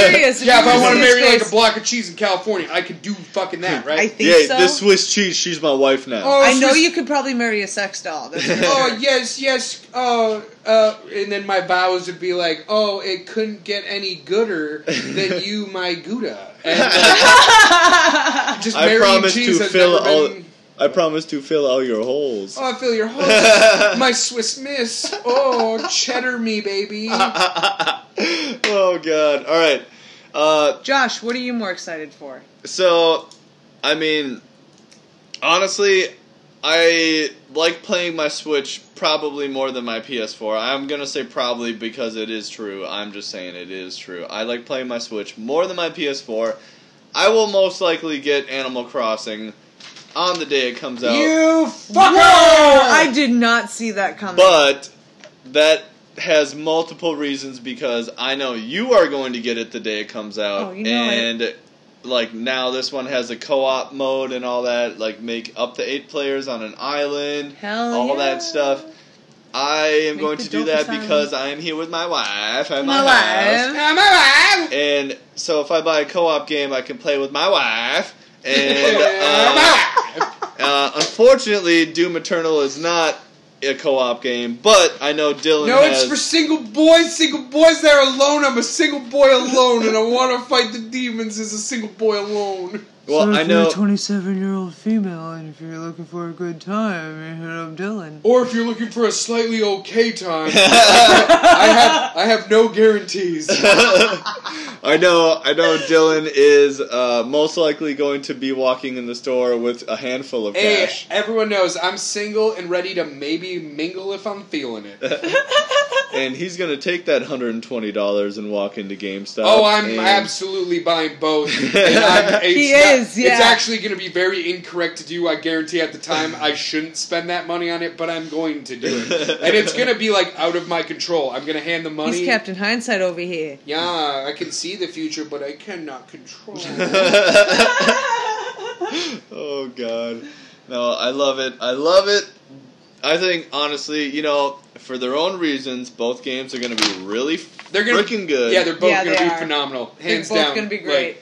[SPEAKER 1] make-
[SPEAKER 2] serious,
[SPEAKER 3] yeah, if I want to
[SPEAKER 2] serious
[SPEAKER 3] marry like a
[SPEAKER 2] face.
[SPEAKER 3] block of cheese in California, I could do fucking that,
[SPEAKER 2] I
[SPEAKER 3] right?
[SPEAKER 2] think
[SPEAKER 1] yeah,
[SPEAKER 2] so.
[SPEAKER 1] this Swiss cheese, she's my wife now.
[SPEAKER 3] Oh,
[SPEAKER 2] I know
[SPEAKER 3] Swiss-
[SPEAKER 2] you could probably marry a sex doll. That's for sure.
[SPEAKER 3] oh yes, yes. Oh, uh, and then my vows would be like, oh, it couldn't get any gooder than you, my Gouda. And uh, just
[SPEAKER 1] I
[SPEAKER 3] marrying
[SPEAKER 1] promise
[SPEAKER 3] cheese
[SPEAKER 1] to
[SPEAKER 3] has
[SPEAKER 1] fill
[SPEAKER 3] never
[SPEAKER 1] all.
[SPEAKER 3] been-
[SPEAKER 1] I promise to fill all your holes.
[SPEAKER 3] Oh, I feel your heart. My Swiss miss. Oh, cheddar me, baby.
[SPEAKER 1] oh god! All right. Uh,
[SPEAKER 2] Josh, what are you more excited for?
[SPEAKER 1] so, I mean, honestly, I like playing my Switch probably more than my PS4. I'm gonna say probably because it is true. I'm just saying it is true. I like playing my Switch more than my PS4. I will most likely get Animal Crossing on the day it comes out.
[SPEAKER 3] You fucker!
[SPEAKER 2] I did not see that coming.
[SPEAKER 1] But that has multiple reasons because I know you are going to get it the day it comes out,
[SPEAKER 2] Oh, you know
[SPEAKER 1] and like now this one has a co-op mode and all that, like make up to eight players on an island,
[SPEAKER 2] Hell
[SPEAKER 1] all
[SPEAKER 2] yeah.
[SPEAKER 1] that stuff. I am
[SPEAKER 2] Make
[SPEAKER 1] going
[SPEAKER 2] the
[SPEAKER 1] to do
[SPEAKER 2] dopest
[SPEAKER 1] that
[SPEAKER 2] island.
[SPEAKER 1] because I am here with my wife at my,
[SPEAKER 2] My
[SPEAKER 1] house.
[SPEAKER 2] wife.
[SPEAKER 3] I'm alive.
[SPEAKER 1] and so if I buy a co-op game, I can play with my wife. And
[SPEAKER 3] I'm
[SPEAKER 1] uh,
[SPEAKER 3] alive.
[SPEAKER 1] uh, unfortunately, Doom Eternal is not a co-op game, but I know Dylan.
[SPEAKER 3] No,
[SPEAKER 1] has,
[SPEAKER 3] it's for single boys. Single boys, they're alone. I'm a single boy alone, and I want to fight the demons as a single boy alone.
[SPEAKER 1] Well, I know.
[SPEAKER 2] 27 year old female, and if you're looking for a good time, you hit up Dylan.
[SPEAKER 3] Or if you're looking for a slightly okay time, I have I have no guarantees.
[SPEAKER 1] I know. I know. Dylan is uh, most likely going to be walking in the store with a handful of
[SPEAKER 3] Hey,
[SPEAKER 1] cash.
[SPEAKER 3] everyone knows I'm single and ready to maybe mingle if I'm feeling it.
[SPEAKER 1] And he's gonna take that hundred and twenty dollars and walk into GameStop.
[SPEAKER 3] Oh, I'm
[SPEAKER 1] and-
[SPEAKER 3] absolutely buying both. And I'm, it's
[SPEAKER 2] He
[SPEAKER 3] not-
[SPEAKER 2] is, yeah.
[SPEAKER 3] It's actually going to be very incorrect to do. I guarantee at the time I shouldn't spend that money on it, but I'm going to do it, and it's going to be like out of my control. I'm going to hand the money.
[SPEAKER 2] He's Captain Hindsight over here.
[SPEAKER 3] yeah, I can see the future, but I cannot control.
[SPEAKER 1] oh god no i love it i love it i think honestly you know for their own reasons both games are going to be really
[SPEAKER 3] They're gonna
[SPEAKER 1] freaking good
[SPEAKER 3] Yeah, they're both
[SPEAKER 2] Yeah,
[SPEAKER 3] going to
[SPEAKER 2] they
[SPEAKER 3] be
[SPEAKER 2] are.
[SPEAKER 3] phenomenal.
[SPEAKER 2] They're
[SPEAKER 3] Hands
[SPEAKER 2] both
[SPEAKER 3] down,
[SPEAKER 2] gonna be
[SPEAKER 3] Like,
[SPEAKER 2] great.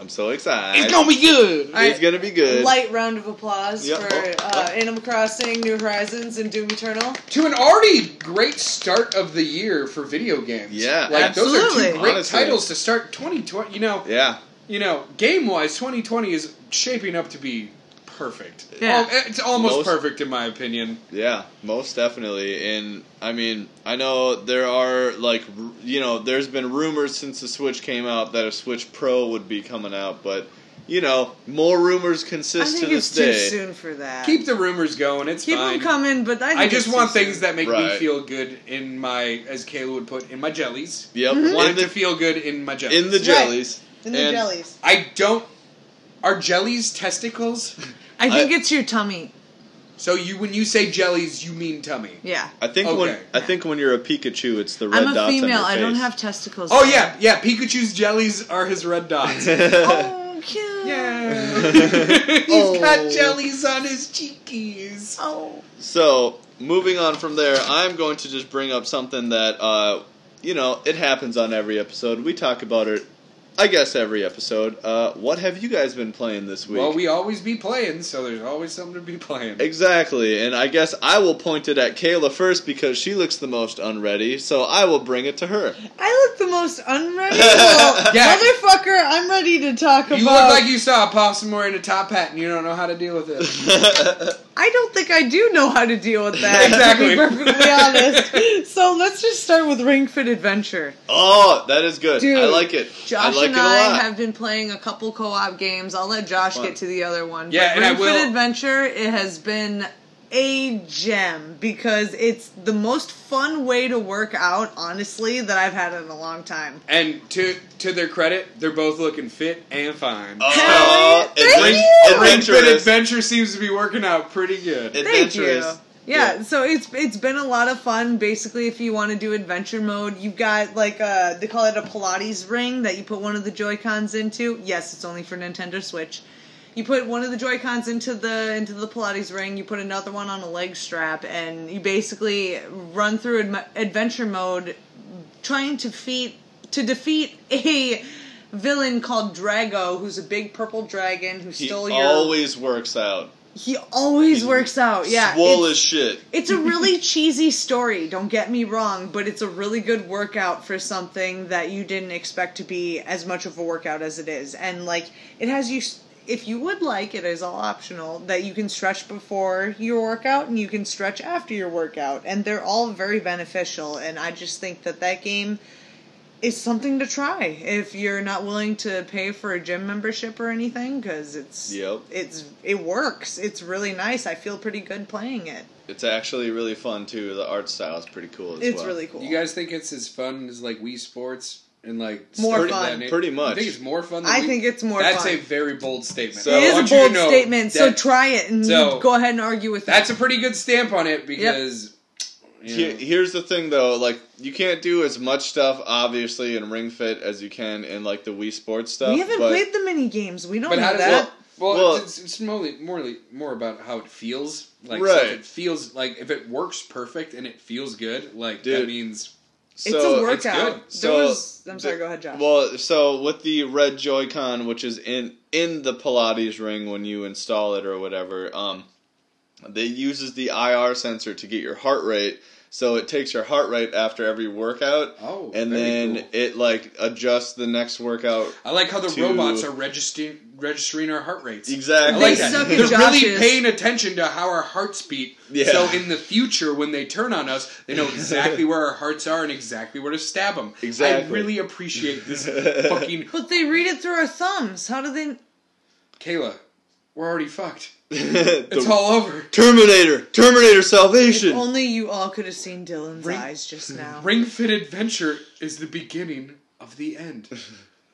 [SPEAKER 1] i'm so excited
[SPEAKER 3] it's going to be good.
[SPEAKER 2] I-
[SPEAKER 1] It's gonna be good
[SPEAKER 2] Light round of applause
[SPEAKER 1] Yep.
[SPEAKER 2] for
[SPEAKER 1] Oh,
[SPEAKER 2] uh, Animal Crossing, New Horizons, and Doom Eternal.
[SPEAKER 3] to an already great start of the year for video games.
[SPEAKER 1] Yeah,
[SPEAKER 3] like those are two
[SPEAKER 2] Absolutely.
[SPEAKER 3] great
[SPEAKER 1] Honestly.
[SPEAKER 3] titles to start 2020. You know,
[SPEAKER 1] yeah
[SPEAKER 3] you know, game wise, 2020 is shaping up to be perfect.
[SPEAKER 2] Yeah.
[SPEAKER 3] Al- it's almost
[SPEAKER 1] Most-
[SPEAKER 3] perfect in my opinion.
[SPEAKER 1] yeah most definitely and i mean i know there are like r- you know there's been rumors since the switch came out that a switch pro would be coming out but you know more rumors
[SPEAKER 2] I
[SPEAKER 1] consist
[SPEAKER 2] think
[SPEAKER 1] to
[SPEAKER 2] it's
[SPEAKER 1] this
[SPEAKER 2] too
[SPEAKER 1] day
[SPEAKER 2] soon for that.
[SPEAKER 3] Keep the rumors going. It's
[SPEAKER 2] Keep
[SPEAKER 3] fine.
[SPEAKER 2] them coming, but I, think
[SPEAKER 3] I just
[SPEAKER 2] it's
[SPEAKER 3] want
[SPEAKER 2] too
[SPEAKER 3] things
[SPEAKER 2] soon.
[SPEAKER 3] that make me
[SPEAKER 1] Right.
[SPEAKER 3] feel good in my, as Kayla would put, in my jellies.
[SPEAKER 1] yep
[SPEAKER 3] I
[SPEAKER 1] one
[SPEAKER 3] want
[SPEAKER 1] in
[SPEAKER 3] to
[SPEAKER 1] the,
[SPEAKER 3] feel good in my jellies.
[SPEAKER 1] in the jellies
[SPEAKER 2] And the
[SPEAKER 1] and-
[SPEAKER 2] jellies.
[SPEAKER 3] I don't. Are jellies testicles?
[SPEAKER 2] I think
[SPEAKER 1] I-
[SPEAKER 2] it's your tummy.
[SPEAKER 3] so you, when you say jellies, you mean tummy.
[SPEAKER 2] Yeah.
[SPEAKER 1] I think
[SPEAKER 3] Okay.
[SPEAKER 1] when I think when you're a Pikachu, it's the red
[SPEAKER 2] I'm a
[SPEAKER 1] dots
[SPEAKER 2] female.
[SPEAKER 1] on your
[SPEAKER 2] I don't
[SPEAKER 1] face.
[SPEAKER 2] have testicles.
[SPEAKER 3] Oh yeah, yeah. Pikachu's jellies are his red dots.
[SPEAKER 2] Oh, cute.
[SPEAKER 3] Yeah. He's
[SPEAKER 1] Oh.
[SPEAKER 3] got jellies on his cheekies.
[SPEAKER 2] Oh.
[SPEAKER 1] So moving on from there, I'm going to just bring up something that uh, you know it happens on every episode. We talk about it, I guess, every episode. Uh, what have you guys been playing this week?
[SPEAKER 3] Well, we always be playing, so there's always something to be playing.
[SPEAKER 1] exactly, and I guess I will point it at Kayla first because she looks the most unready. So I will bring it to her.
[SPEAKER 2] I look the most unready. Well,
[SPEAKER 3] Yeah.
[SPEAKER 2] Motherfucker, I'm ready to talk
[SPEAKER 3] You
[SPEAKER 2] about.
[SPEAKER 3] look like you saw a possum wearing a top hat and you don't know how to deal with it.
[SPEAKER 2] I don't think I do know how to deal with that. To
[SPEAKER 3] Exactly.
[SPEAKER 2] be perfectly honest. So let's just start with Ring Fit Adventure.
[SPEAKER 1] oh, that is good. I
[SPEAKER 2] Dude,
[SPEAKER 1] like it. I
[SPEAKER 2] Josh
[SPEAKER 1] like
[SPEAKER 2] and
[SPEAKER 1] it a
[SPEAKER 2] I
[SPEAKER 1] lot.
[SPEAKER 2] have been playing a couple co-op games. I'll let Josh
[SPEAKER 1] Fun.
[SPEAKER 2] get to the other one.
[SPEAKER 3] Yeah,
[SPEAKER 2] but
[SPEAKER 3] and I
[SPEAKER 2] Ring
[SPEAKER 3] will-
[SPEAKER 2] Fit Adventure it has been a gem because it's the most fun way to work out, honestly, that I've had in a long time.
[SPEAKER 3] And to to their credit, they're both looking fit and fine.
[SPEAKER 1] Oh,
[SPEAKER 2] Hell yeah,
[SPEAKER 1] advent-
[SPEAKER 2] thank you!
[SPEAKER 3] Ring Fit
[SPEAKER 1] adventurous.
[SPEAKER 3] Adventure seems to be working out pretty good.
[SPEAKER 2] Thank you.
[SPEAKER 1] Adventurous.
[SPEAKER 2] Yeah, so it's it's been a lot of fun. Basically, if you want to do adventure mode, you've got like a they call it a Pilates ring that you put one of the Joy Cons into. Yes, it's only for Nintendo Switch. You put one of the Joy Cons into the into the Pilates ring. You put another one on a leg strap, and you basically run through adm adventure mode, trying to defeat to defeat a villain called Drago, who's a big purple dragon who
[SPEAKER 1] He
[SPEAKER 2] stole your.
[SPEAKER 1] always works out.
[SPEAKER 2] he always
[SPEAKER 1] He's
[SPEAKER 2] works out. Oh, Yeah,
[SPEAKER 1] swole
[SPEAKER 2] it's-
[SPEAKER 1] as shit.
[SPEAKER 2] it's a really cheesy story, don't get me wrong, but it's a really good workout for something that you didn't expect to be as much of a workout as it is. And like it has you if you would like it is all optional that you can stretch before your workout and you can stretch after your workout and they're all very beneficial and I just think that that game is something to try if you're not willing to pay for a gym membership or anything cuz it's
[SPEAKER 1] Yep.
[SPEAKER 2] it's it works. It's really nice. I feel pretty good playing it.
[SPEAKER 1] It's actually really fun too. The art style is pretty cool as
[SPEAKER 2] It's
[SPEAKER 1] well.
[SPEAKER 2] really cool.
[SPEAKER 3] You guys think it's as fun as like Wii Sports and like
[SPEAKER 2] More
[SPEAKER 3] stuff of
[SPEAKER 2] fun.
[SPEAKER 3] that nature?
[SPEAKER 1] Pretty much.
[SPEAKER 3] You think it's more fun. Than
[SPEAKER 2] I
[SPEAKER 3] Wii?
[SPEAKER 2] think it's more
[SPEAKER 3] That's
[SPEAKER 2] fun.
[SPEAKER 3] a very bold statement.
[SPEAKER 1] So-
[SPEAKER 2] it
[SPEAKER 1] I
[SPEAKER 2] is
[SPEAKER 1] want
[SPEAKER 2] a bold statement. So
[SPEAKER 3] that-
[SPEAKER 2] try it and
[SPEAKER 3] So-
[SPEAKER 2] go ahead and argue with
[SPEAKER 3] that's a
[SPEAKER 2] me.
[SPEAKER 3] pretty good stamp on it because. you
[SPEAKER 1] Here,
[SPEAKER 3] know.
[SPEAKER 1] here's the thing though, like you can't do as much stuff obviously in Ring Fit as you can in like the Wii Sports stuff.
[SPEAKER 2] We haven't
[SPEAKER 1] but
[SPEAKER 2] played the mini games. We don't
[SPEAKER 3] But
[SPEAKER 2] know
[SPEAKER 3] how does
[SPEAKER 2] that.
[SPEAKER 3] that? Well,
[SPEAKER 1] Well-
[SPEAKER 3] it's, it's more, more more about how it feels. Like so
[SPEAKER 1] Right.
[SPEAKER 3] if it feels like if it works perfect and it feels good, like
[SPEAKER 1] Dude.
[SPEAKER 3] that means
[SPEAKER 1] so,
[SPEAKER 2] it's a
[SPEAKER 3] it's
[SPEAKER 2] workout.
[SPEAKER 3] good.
[SPEAKER 1] So,
[SPEAKER 2] there was, I'm sorry.
[SPEAKER 1] the-
[SPEAKER 2] Go ahead, Josh.
[SPEAKER 1] Well, so with the red Joy-Con, which is in in the Pilates ring when you install it or whatever, um, they uses the IR sensor to get your heart rate. So it takes your heart rate after every workout,
[SPEAKER 3] oh,
[SPEAKER 1] and
[SPEAKER 3] very
[SPEAKER 1] then
[SPEAKER 3] cool.
[SPEAKER 1] it like adjusts the next workout.
[SPEAKER 3] I like how the
[SPEAKER 1] to-
[SPEAKER 3] robots are registering registering our heart rates. I
[SPEAKER 1] Exactly.
[SPEAKER 3] like
[SPEAKER 2] They
[SPEAKER 3] that.
[SPEAKER 2] suck at
[SPEAKER 3] They're really
[SPEAKER 2] Josh's.
[SPEAKER 3] paying attention to how our hearts beat.
[SPEAKER 1] Yeah.
[SPEAKER 3] So in the future, when they turn on us, they know exactly where our hearts are and exactly where to stab them. I
[SPEAKER 1] Exactly.
[SPEAKER 3] really appreciate this fucking
[SPEAKER 2] but they read it through our thumbs. How do they?
[SPEAKER 3] Kayla. We're already fucked.
[SPEAKER 1] The
[SPEAKER 3] It's all over.
[SPEAKER 1] Terminator, Terminator Salvation.
[SPEAKER 2] If only you all could have seen Dylan's
[SPEAKER 3] Ring-
[SPEAKER 2] eyes just now.
[SPEAKER 3] Ring Fit Adventure is the beginning of the end.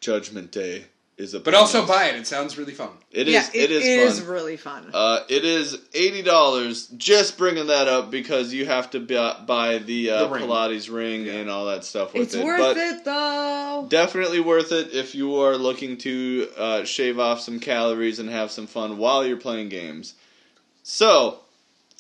[SPEAKER 1] Judgment Day is a
[SPEAKER 3] But also buy it. It sounds really fun.
[SPEAKER 1] It is
[SPEAKER 2] yeah,
[SPEAKER 1] it is, fun.
[SPEAKER 2] really fun.
[SPEAKER 1] uh, it is eighty dollars. Just bringing that up because you have to bu- buy the, uh,
[SPEAKER 3] The ring.
[SPEAKER 1] Pilates ring
[SPEAKER 3] Yeah.
[SPEAKER 1] and all that stuff with
[SPEAKER 2] it's
[SPEAKER 1] it.
[SPEAKER 2] worth
[SPEAKER 1] but
[SPEAKER 2] it though.
[SPEAKER 1] Definitely worth it if you are looking to uh, shave off some calories and have some fun while you're playing games. So,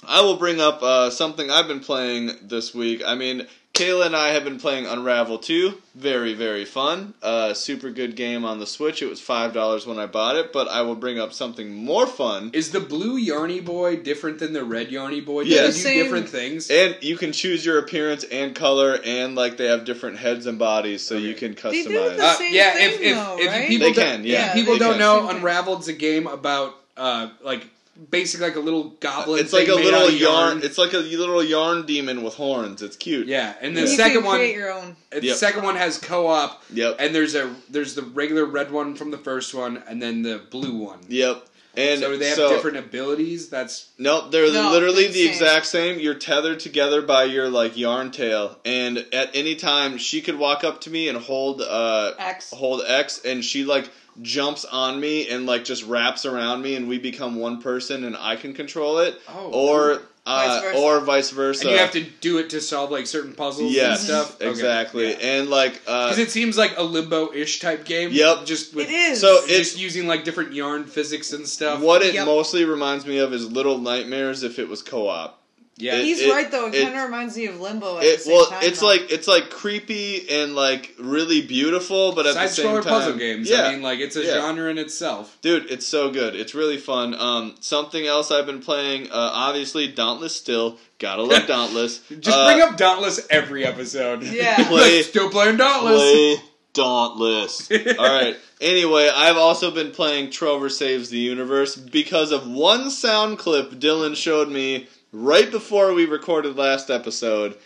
[SPEAKER 1] I will bring up uh, something I've been playing this week. I mean, Kayla and I have been playing Unravel 2. Very, very fun. Uh, super good game on the Switch. It was $5 when I bought it, but I will bring up something more fun.
[SPEAKER 3] Is the blue yarny boy different than the red yarny boy? Do
[SPEAKER 1] Yes.
[SPEAKER 3] they do
[SPEAKER 2] Same-
[SPEAKER 3] different things?
[SPEAKER 1] And you can choose your appearance and color, and like they have different heads and bodies, so you
[SPEAKER 3] Okay.
[SPEAKER 1] can
[SPEAKER 2] They
[SPEAKER 1] customize. Ah,
[SPEAKER 2] do the
[SPEAKER 3] Uh,
[SPEAKER 2] same
[SPEAKER 3] yeah,
[SPEAKER 2] thing
[SPEAKER 3] if- if-
[SPEAKER 2] though,
[SPEAKER 3] if you
[SPEAKER 2] right?
[SPEAKER 3] people-
[SPEAKER 1] they can, yeah.
[SPEAKER 2] Yeah,
[SPEAKER 3] People
[SPEAKER 1] they
[SPEAKER 3] don't
[SPEAKER 1] can.
[SPEAKER 3] know.
[SPEAKER 2] Same thing.
[SPEAKER 3] Unraveled's a game about uh, like basically like a little goblin.
[SPEAKER 1] It's like
[SPEAKER 3] thing
[SPEAKER 1] a
[SPEAKER 3] made
[SPEAKER 1] little
[SPEAKER 3] out of
[SPEAKER 1] yarn. It's like a little yarn demon with horns. It's cute.
[SPEAKER 3] Yeah, and the
[SPEAKER 2] you
[SPEAKER 3] second
[SPEAKER 2] can
[SPEAKER 3] one,
[SPEAKER 2] create your own.
[SPEAKER 3] the
[SPEAKER 1] Yep.
[SPEAKER 3] second one has co-op,
[SPEAKER 1] Yep.
[SPEAKER 3] and there's a there's the regular red one from the first one, and then the blue one.
[SPEAKER 1] yep. And
[SPEAKER 3] so
[SPEAKER 1] so
[SPEAKER 3] do they have different abilities. That's
[SPEAKER 1] Nope, they're
[SPEAKER 2] No,
[SPEAKER 1] literally
[SPEAKER 2] they're
[SPEAKER 1] the
[SPEAKER 2] the same.
[SPEAKER 1] exact same. You're tethered together by your like yarn tail, and at any time she could walk up to me and hold uh
[SPEAKER 2] X.
[SPEAKER 1] hold X, and she like jumps on me and like just wraps around me and we become one person and I can control it,
[SPEAKER 3] Oh.
[SPEAKER 1] or
[SPEAKER 2] Vice
[SPEAKER 1] uh,
[SPEAKER 2] versa.
[SPEAKER 1] or vice versa.
[SPEAKER 3] and you have to do it to solve like certain puzzles
[SPEAKER 1] yes,
[SPEAKER 3] and stuff. Okay.
[SPEAKER 1] exactly,
[SPEAKER 3] Yeah.
[SPEAKER 1] and like uh,
[SPEAKER 3] Because it seems like a limbo-ish type game.
[SPEAKER 1] Yep.
[SPEAKER 3] Just with
[SPEAKER 2] It is.
[SPEAKER 1] So it-
[SPEAKER 3] just using like different yarn physics and stuff.
[SPEAKER 1] what it
[SPEAKER 2] Yep.
[SPEAKER 1] mostly reminds me of is Little Nightmares if it was co-op.
[SPEAKER 3] Yeah.
[SPEAKER 1] it-
[SPEAKER 2] He's right though. It,
[SPEAKER 1] it-
[SPEAKER 2] kind of reminds me of Limbo. At the
[SPEAKER 1] It
[SPEAKER 2] same
[SPEAKER 1] well,
[SPEAKER 2] time,
[SPEAKER 1] it's
[SPEAKER 2] though.
[SPEAKER 1] like it's like creepy and like really beautiful, but at the same
[SPEAKER 3] Side-scroller
[SPEAKER 1] time,
[SPEAKER 3] puzzle games.
[SPEAKER 1] Yeah,
[SPEAKER 3] I mean, like it's a
[SPEAKER 1] Yeah.
[SPEAKER 3] genre in itself.
[SPEAKER 1] Dude, it's so good. It's really fun. Um, something else I've been playing, uh, obviously, Dauntless still. Gotta love Dauntless.
[SPEAKER 3] Just
[SPEAKER 1] Uh,
[SPEAKER 3] bring up Dauntless every episode.
[SPEAKER 2] Yeah.
[SPEAKER 1] Play-
[SPEAKER 3] Still playing Dauntless.
[SPEAKER 1] Play Dauntless. Alright. Anyway, I've also been playing Trover Saves the Universe because of one sound clip Dylan showed me right before we recorded last episode.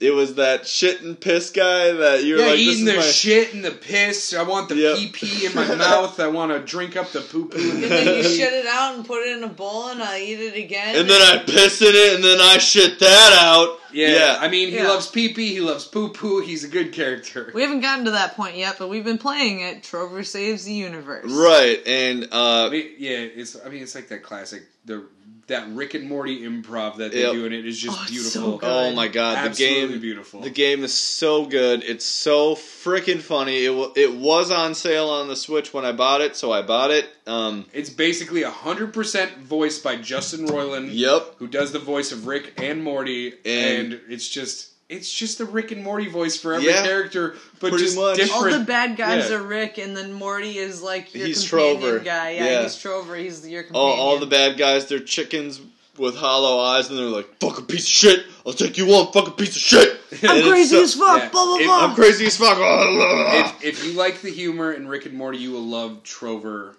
[SPEAKER 1] It was that shit and piss guy that you were
[SPEAKER 3] Yeah,
[SPEAKER 1] like, this
[SPEAKER 3] eating
[SPEAKER 1] is
[SPEAKER 3] the
[SPEAKER 1] my-
[SPEAKER 3] shit and the piss. I want the
[SPEAKER 1] Yep.
[SPEAKER 3] pee pee in my mouth. I want to drink up the poo
[SPEAKER 2] And
[SPEAKER 3] poo.
[SPEAKER 2] then you shit it out and put it in a bowl and I eat it again.
[SPEAKER 1] And then I pissed in it and then I shit that out.
[SPEAKER 3] Yeah, I mean, he
[SPEAKER 2] Yeah.
[SPEAKER 3] loves pee pee. He loves poo poo. He's a good character.
[SPEAKER 2] we haven't gotten to that point yet, but we've been playing it. Trover saves the universe.
[SPEAKER 1] Right, and uh,
[SPEAKER 3] I mean, yeah, it's. I mean, it's like that classic the that Rick and Morty improv that they
[SPEAKER 1] Yep.
[SPEAKER 3] do, and it is just
[SPEAKER 2] Oh, it's
[SPEAKER 3] beautiful.
[SPEAKER 2] so good.
[SPEAKER 1] Oh my god,
[SPEAKER 3] Absolutely
[SPEAKER 1] the game
[SPEAKER 3] beautiful.
[SPEAKER 1] The game is so good. It's so freaking funny. It w- it was on sale on the Switch when I bought it, so I bought it. Um,
[SPEAKER 3] It's basically hundred percent voiced by Justin Roiland,
[SPEAKER 1] yep.
[SPEAKER 3] who does the voice of Rick and Morty, and, it's just it's just the Rick and Morty voice for every
[SPEAKER 1] Yeah,
[SPEAKER 3] character, but
[SPEAKER 1] pretty
[SPEAKER 3] just
[SPEAKER 1] much.
[SPEAKER 2] All
[SPEAKER 3] different.
[SPEAKER 2] the bad guys
[SPEAKER 3] yeah.
[SPEAKER 2] are Rick, and then Morty is like your
[SPEAKER 1] He's
[SPEAKER 2] companion
[SPEAKER 1] Trover.
[SPEAKER 2] guy. Yeah,
[SPEAKER 1] Yeah.
[SPEAKER 2] he's Trover. He's your
[SPEAKER 1] All,
[SPEAKER 2] companion.
[SPEAKER 1] all the bad guys, they're chickens with hollow eyes, and they're like, "Fuck a piece of shit. I'll take you on. Fuck a piece of shit.
[SPEAKER 2] I'm
[SPEAKER 1] And it's
[SPEAKER 2] crazy
[SPEAKER 1] so-
[SPEAKER 2] as fuck.
[SPEAKER 3] yeah.
[SPEAKER 2] Blah blah
[SPEAKER 3] If-
[SPEAKER 2] blah.
[SPEAKER 1] I'm crazy as fuck."
[SPEAKER 3] if, if you like the humor in Rick and Morty, you will love Trover.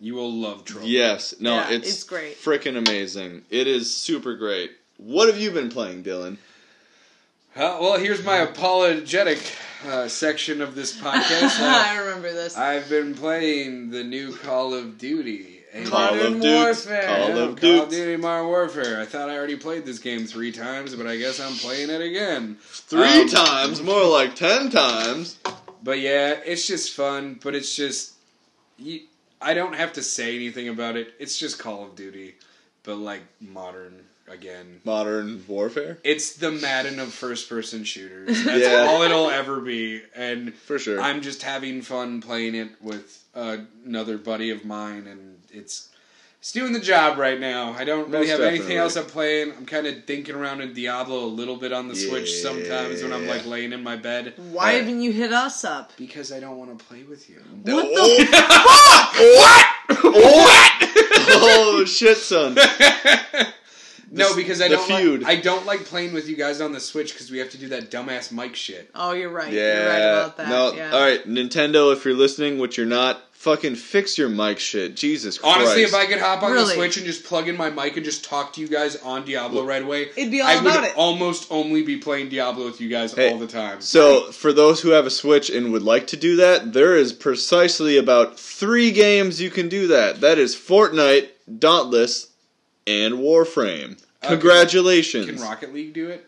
[SPEAKER 3] You will love Trover.
[SPEAKER 1] yes. No.
[SPEAKER 2] Yeah,
[SPEAKER 1] it's
[SPEAKER 2] it's great.
[SPEAKER 1] Freaking amazing. It is super great. What have you been playing, Dylan?
[SPEAKER 3] Uh, well, here's my apologetic uh, section of this podcast. Uh,
[SPEAKER 2] I remember this.
[SPEAKER 3] I've been playing the new Call of Duty. And-
[SPEAKER 1] Call of
[SPEAKER 2] Modern
[SPEAKER 1] Duty.
[SPEAKER 2] Warfare.
[SPEAKER 1] Call
[SPEAKER 3] Yeah,
[SPEAKER 1] of
[SPEAKER 3] Call of
[SPEAKER 1] Duty.
[SPEAKER 3] Duty Modern Warfare. I thought I already played this game three times, but I guess I'm playing it again.
[SPEAKER 1] Three
[SPEAKER 3] Um,
[SPEAKER 1] times, more like ten times.
[SPEAKER 3] But yeah, it's just fun. But it's just, you, I don't have to say anything about it. It's just Call of Duty, but like modern again.
[SPEAKER 1] Modern warfare,
[SPEAKER 3] It's the Madden of first-person shooters. That's
[SPEAKER 1] Yeah.
[SPEAKER 3] all it'll ever be, and
[SPEAKER 1] for sure.
[SPEAKER 3] I'm just having fun playing it with uh, another buddy of mine, and it's it's doing the job right now. I don't really
[SPEAKER 1] Most
[SPEAKER 3] have anything
[SPEAKER 1] definitely.
[SPEAKER 3] else I'm playing. I'm kind of dinking around in Diablo a little bit on the Switch
[SPEAKER 1] Yeah.
[SPEAKER 3] sometimes when I'm like laying in my bed
[SPEAKER 2] Why haven't you hit us up?
[SPEAKER 3] because I don't want to play with you.
[SPEAKER 2] What
[SPEAKER 1] Oh,
[SPEAKER 2] the?
[SPEAKER 1] what? oh shit, son.
[SPEAKER 3] no,
[SPEAKER 1] This-
[SPEAKER 3] because I
[SPEAKER 1] the
[SPEAKER 3] don't
[SPEAKER 1] feud.
[SPEAKER 3] like I don't like playing with you guys on the Switch because we have to do that dumbass mic shit.
[SPEAKER 2] Oh, you're right. You're right
[SPEAKER 1] Yeah.
[SPEAKER 2] about that.
[SPEAKER 1] no.
[SPEAKER 2] yeah.
[SPEAKER 1] All right, Nintendo. If you're listening, which you're not, fucking fix your mic shit. Jesus Christ.
[SPEAKER 3] Honestly, if I could hop on the
[SPEAKER 2] Really?
[SPEAKER 3] Switch and just plug in my mic and just talk to you guys on Diablo right away,
[SPEAKER 2] It'd be all
[SPEAKER 3] I would
[SPEAKER 2] about it.
[SPEAKER 3] almost only be playing Diablo with you guys
[SPEAKER 1] Hey,
[SPEAKER 3] all the time.
[SPEAKER 1] So, for those who have a Switch and would like to do that, there is precisely about three games you can do that. That is Fortnite, Dauntless, and Warframe.
[SPEAKER 3] Okay.
[SPEAKER 1] Congratulations.
[SPEAKER 3] Can Rocket League do it?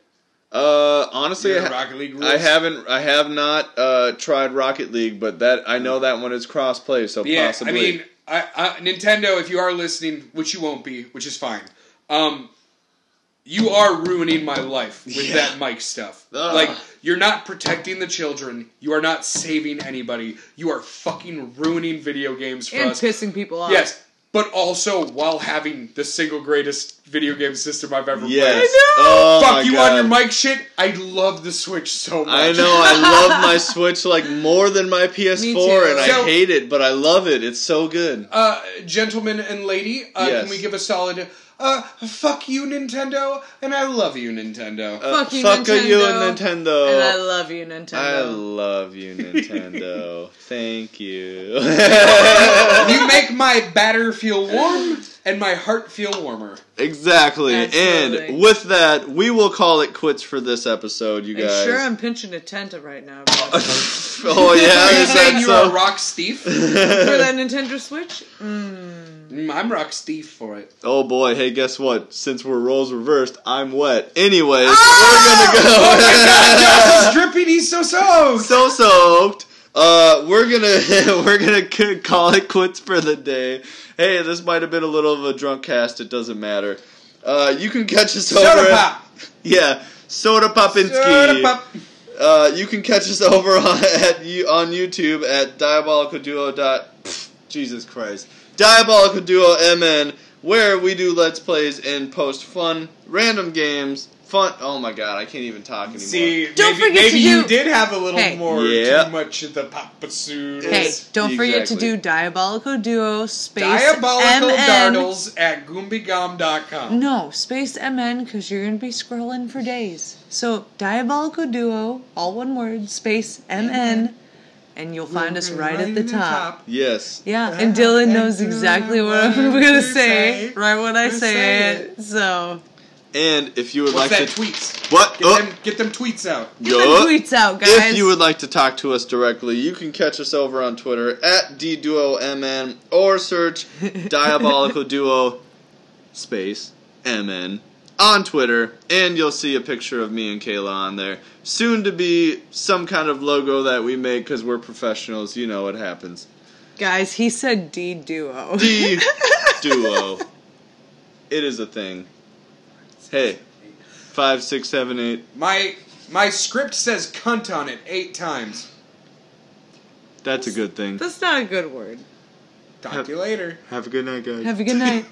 [SPEAKER 1] Uh, honestly,
[SPEAKER 3] You're
[SPEAKER 1] I
[SPEAKER 3] a
[SPEAKER 1] ha-
[SPEAKER 3] Rocket League
[SPEAKER 1] I
[SPEAKER 3] rules?
[SPEAKER 1] haven't. I have not uh, tried Rocket League, but that I know that one is cross-play, so
[SPEAKER 3] Mm. Yeah,
[SPEAKER 1] possibly.
[SPEAKER 3] I mean, I, I, Nintendo, if you are listening, which you won't be, which is fine. Um, you are ruining my life with
[SPEAKER 1] Yeah.
[SPEAKER 3] that mic stuff.
[SPEAKER 1] Ugh.
[SPEAKER 3] Like, you're not protecting the children. You are not saving anybody. You are fucking ruining video games for
[SPEAKER 2] And
[SPEAKER 3] us.
[SPEAKER 2] pissing people off.
[SPEAKER 3] Yes, but also while having the single greatest video game system I've ever
[SPEAKER 1] yes.
[SPEAKER 3] played.
[SPEAKER 1] Oh my
[SPEAKER 3] Fuck you
[SPEAKER 1] God.
[SPEAKER 3] on your mic shit. I love the Switch so much.
[SPEAKER 1] I know I love my Switch like more than my PS4,
[SPEAKER 2] too.
[SPEAKER 1] and I
[SPEAKER 3] So-
[SPEAKER 1] hate it, but I love it. It's so good.
[SPEAKER 3] uh, gentleman and lady, uh,
[SPEAKER 1] Yes.
[SPEAKER 3] can we give a solid uh, fuck you, Nintendo, and I love you, Nintendo.
[SPEAKER 1] Uh,
[SPEAKER 2] fuck you,
[SPEAKER 1] you,
[SPEAKER 2] Nintendo.
[SPEAKER 1] Nintendo.
[SPEAKER 2] And I love you,
[SPEAKER 1] I
[SPEAKER 2] Nintendo.
[SPEAKER 1] love you, Nintendo. Thank you. uh,
[SPEAKER 3] you make my batter feel warm and my heart feel warmer.
[SPEAKER 1] exactly.
[SPEAKER 2] Absolutely.
[SPEAKER 1] And with that, we will call it quits for this episode, you
[SPEAKER 2] And
[SPEAKER 1] guys.
[SPEAKER 2] sure, I'm pinching a tent right now. but
[SPEAKER 1] oh yeah,
[SPEAKER 3] Are you
[SPEAKER 1] is
[SPEAKER 3] saying
[SPEAKER 1] that
[SPEAKER 3] you're a
[SPEAKER 1] so?
[SPEAKER 3] rock Steve?
[SPEAKER 2] For that Nintendo Switch? Mm.
[SPEAKER 3] Mm, I'm rock Steve for it.
[SPEAKER 1] oh boy, hey, guess what? Since we're roles reversed, I'm wet.
[SPEAKER 3] Ah!
[SPEAKER 1] Anyways, we're gonna go.
[SPEAKER 3] Josh is dripping. He's so soaked.
[SPEAKER 1] so soaked. Uh, we're gonna we're gonna c- call it quits for the day. Hey, this might have been a little of a drunk cast. It doesn't matter. Uh, you can catch us over. at-
[SPEAKER 3] Soda pop.
[SPEAKER 1] Yeah, Soda Popinski.
[SPEAKER 3] Soda pop.
[SPEAKER 1] Uh, you can catch us over on, at you, on YouTube at Diabolical Duo. Dot, pff, Jesus Christ, Diabolical Duo MN, where we do let's plays and post fun random games. Fun. Oh my God, I can't even talk anymore.
[SPEAKER 3] See,
[SPEAKER 2] Don't
[SPEAKER 3] maybe,
[SPEAKER 2] forget
[SPEAKER 3] maybe
[SPEAKER 2] to
[SPEAKER 3] you
[SPEAKER 2] do-
[SPEAKER 3] did have a little
[SPEAKER 2] Hey.
[SPEAKER 3] more
[SPEAKER 1] Yeah.
[SPEAKER 3] too much of the Papa Soon.
[SPEAKER 2] Hey,
[SPEAKER 1] Yes,
[SPEAKER 2] don't forget to
[SPEAKER 1] exactly.
[SPEAKER 2] do Diabolical Duo space
[SPEAKER 3] Diabolical
[SPEAKER 2] MN.
[SPEAKER 3] Dartles at goombygum.com.
[SPEAKER 2] No, space MN because you're going to be scrolling for days. So, Diabolical Duo, all one word, space MN, and you'll find us right at the top.
[SPEAKER 1] Yes.
[SPEAKER 2] Yeah, and Dylan knows exactly what I'm going to say, right when I
[SPEAKER 3] Gonna
[SPEAKER 2] say
[SPEAKER 3] say
[SPEAKER 2] it. So,
[SPEAKER 1] And if you would
[SPEAKER 3] What's
[SPEAKER 1] like
[SPEAKER 3] that
[SPEAKER 1] to
[SPEAKER 3] tweets?
[SPEAKER 1] what
[SPEAKER 3] Get,
[SPEAKER 1] Oh,
[SPEAKER 3] them, get them tweets out.
[SPEAKER 2] get the
[SPEAKER 1] yeah.
[SPEAKER 2] tweets out, guys.
[SPEAKER 1] If you would like to talk to us directly, you can catch us over on Twitter at DDuoMN or search Diabolical Duo Space MN on Twitter, and you'll see a picture of me and Kayla on there. Soon to be some kind of logo that we make because we're professionals. You know what happens.
[SPEAKER 2] Guys, he said D Duo.
[SPEAKER 1] D Duo. It is a thing. Hey, five, six, seven, eight.
[SPEAKER 3] My my script says cunt on it eight times.
[SPEAKER 1] That's a good thing.
[SPEAKER 2] That's not a good word.
[SPEAKER 3] Talk to you later.
[SPEAKER 1] Have a good night, guys.
[SPEAKER 2] Have a good night.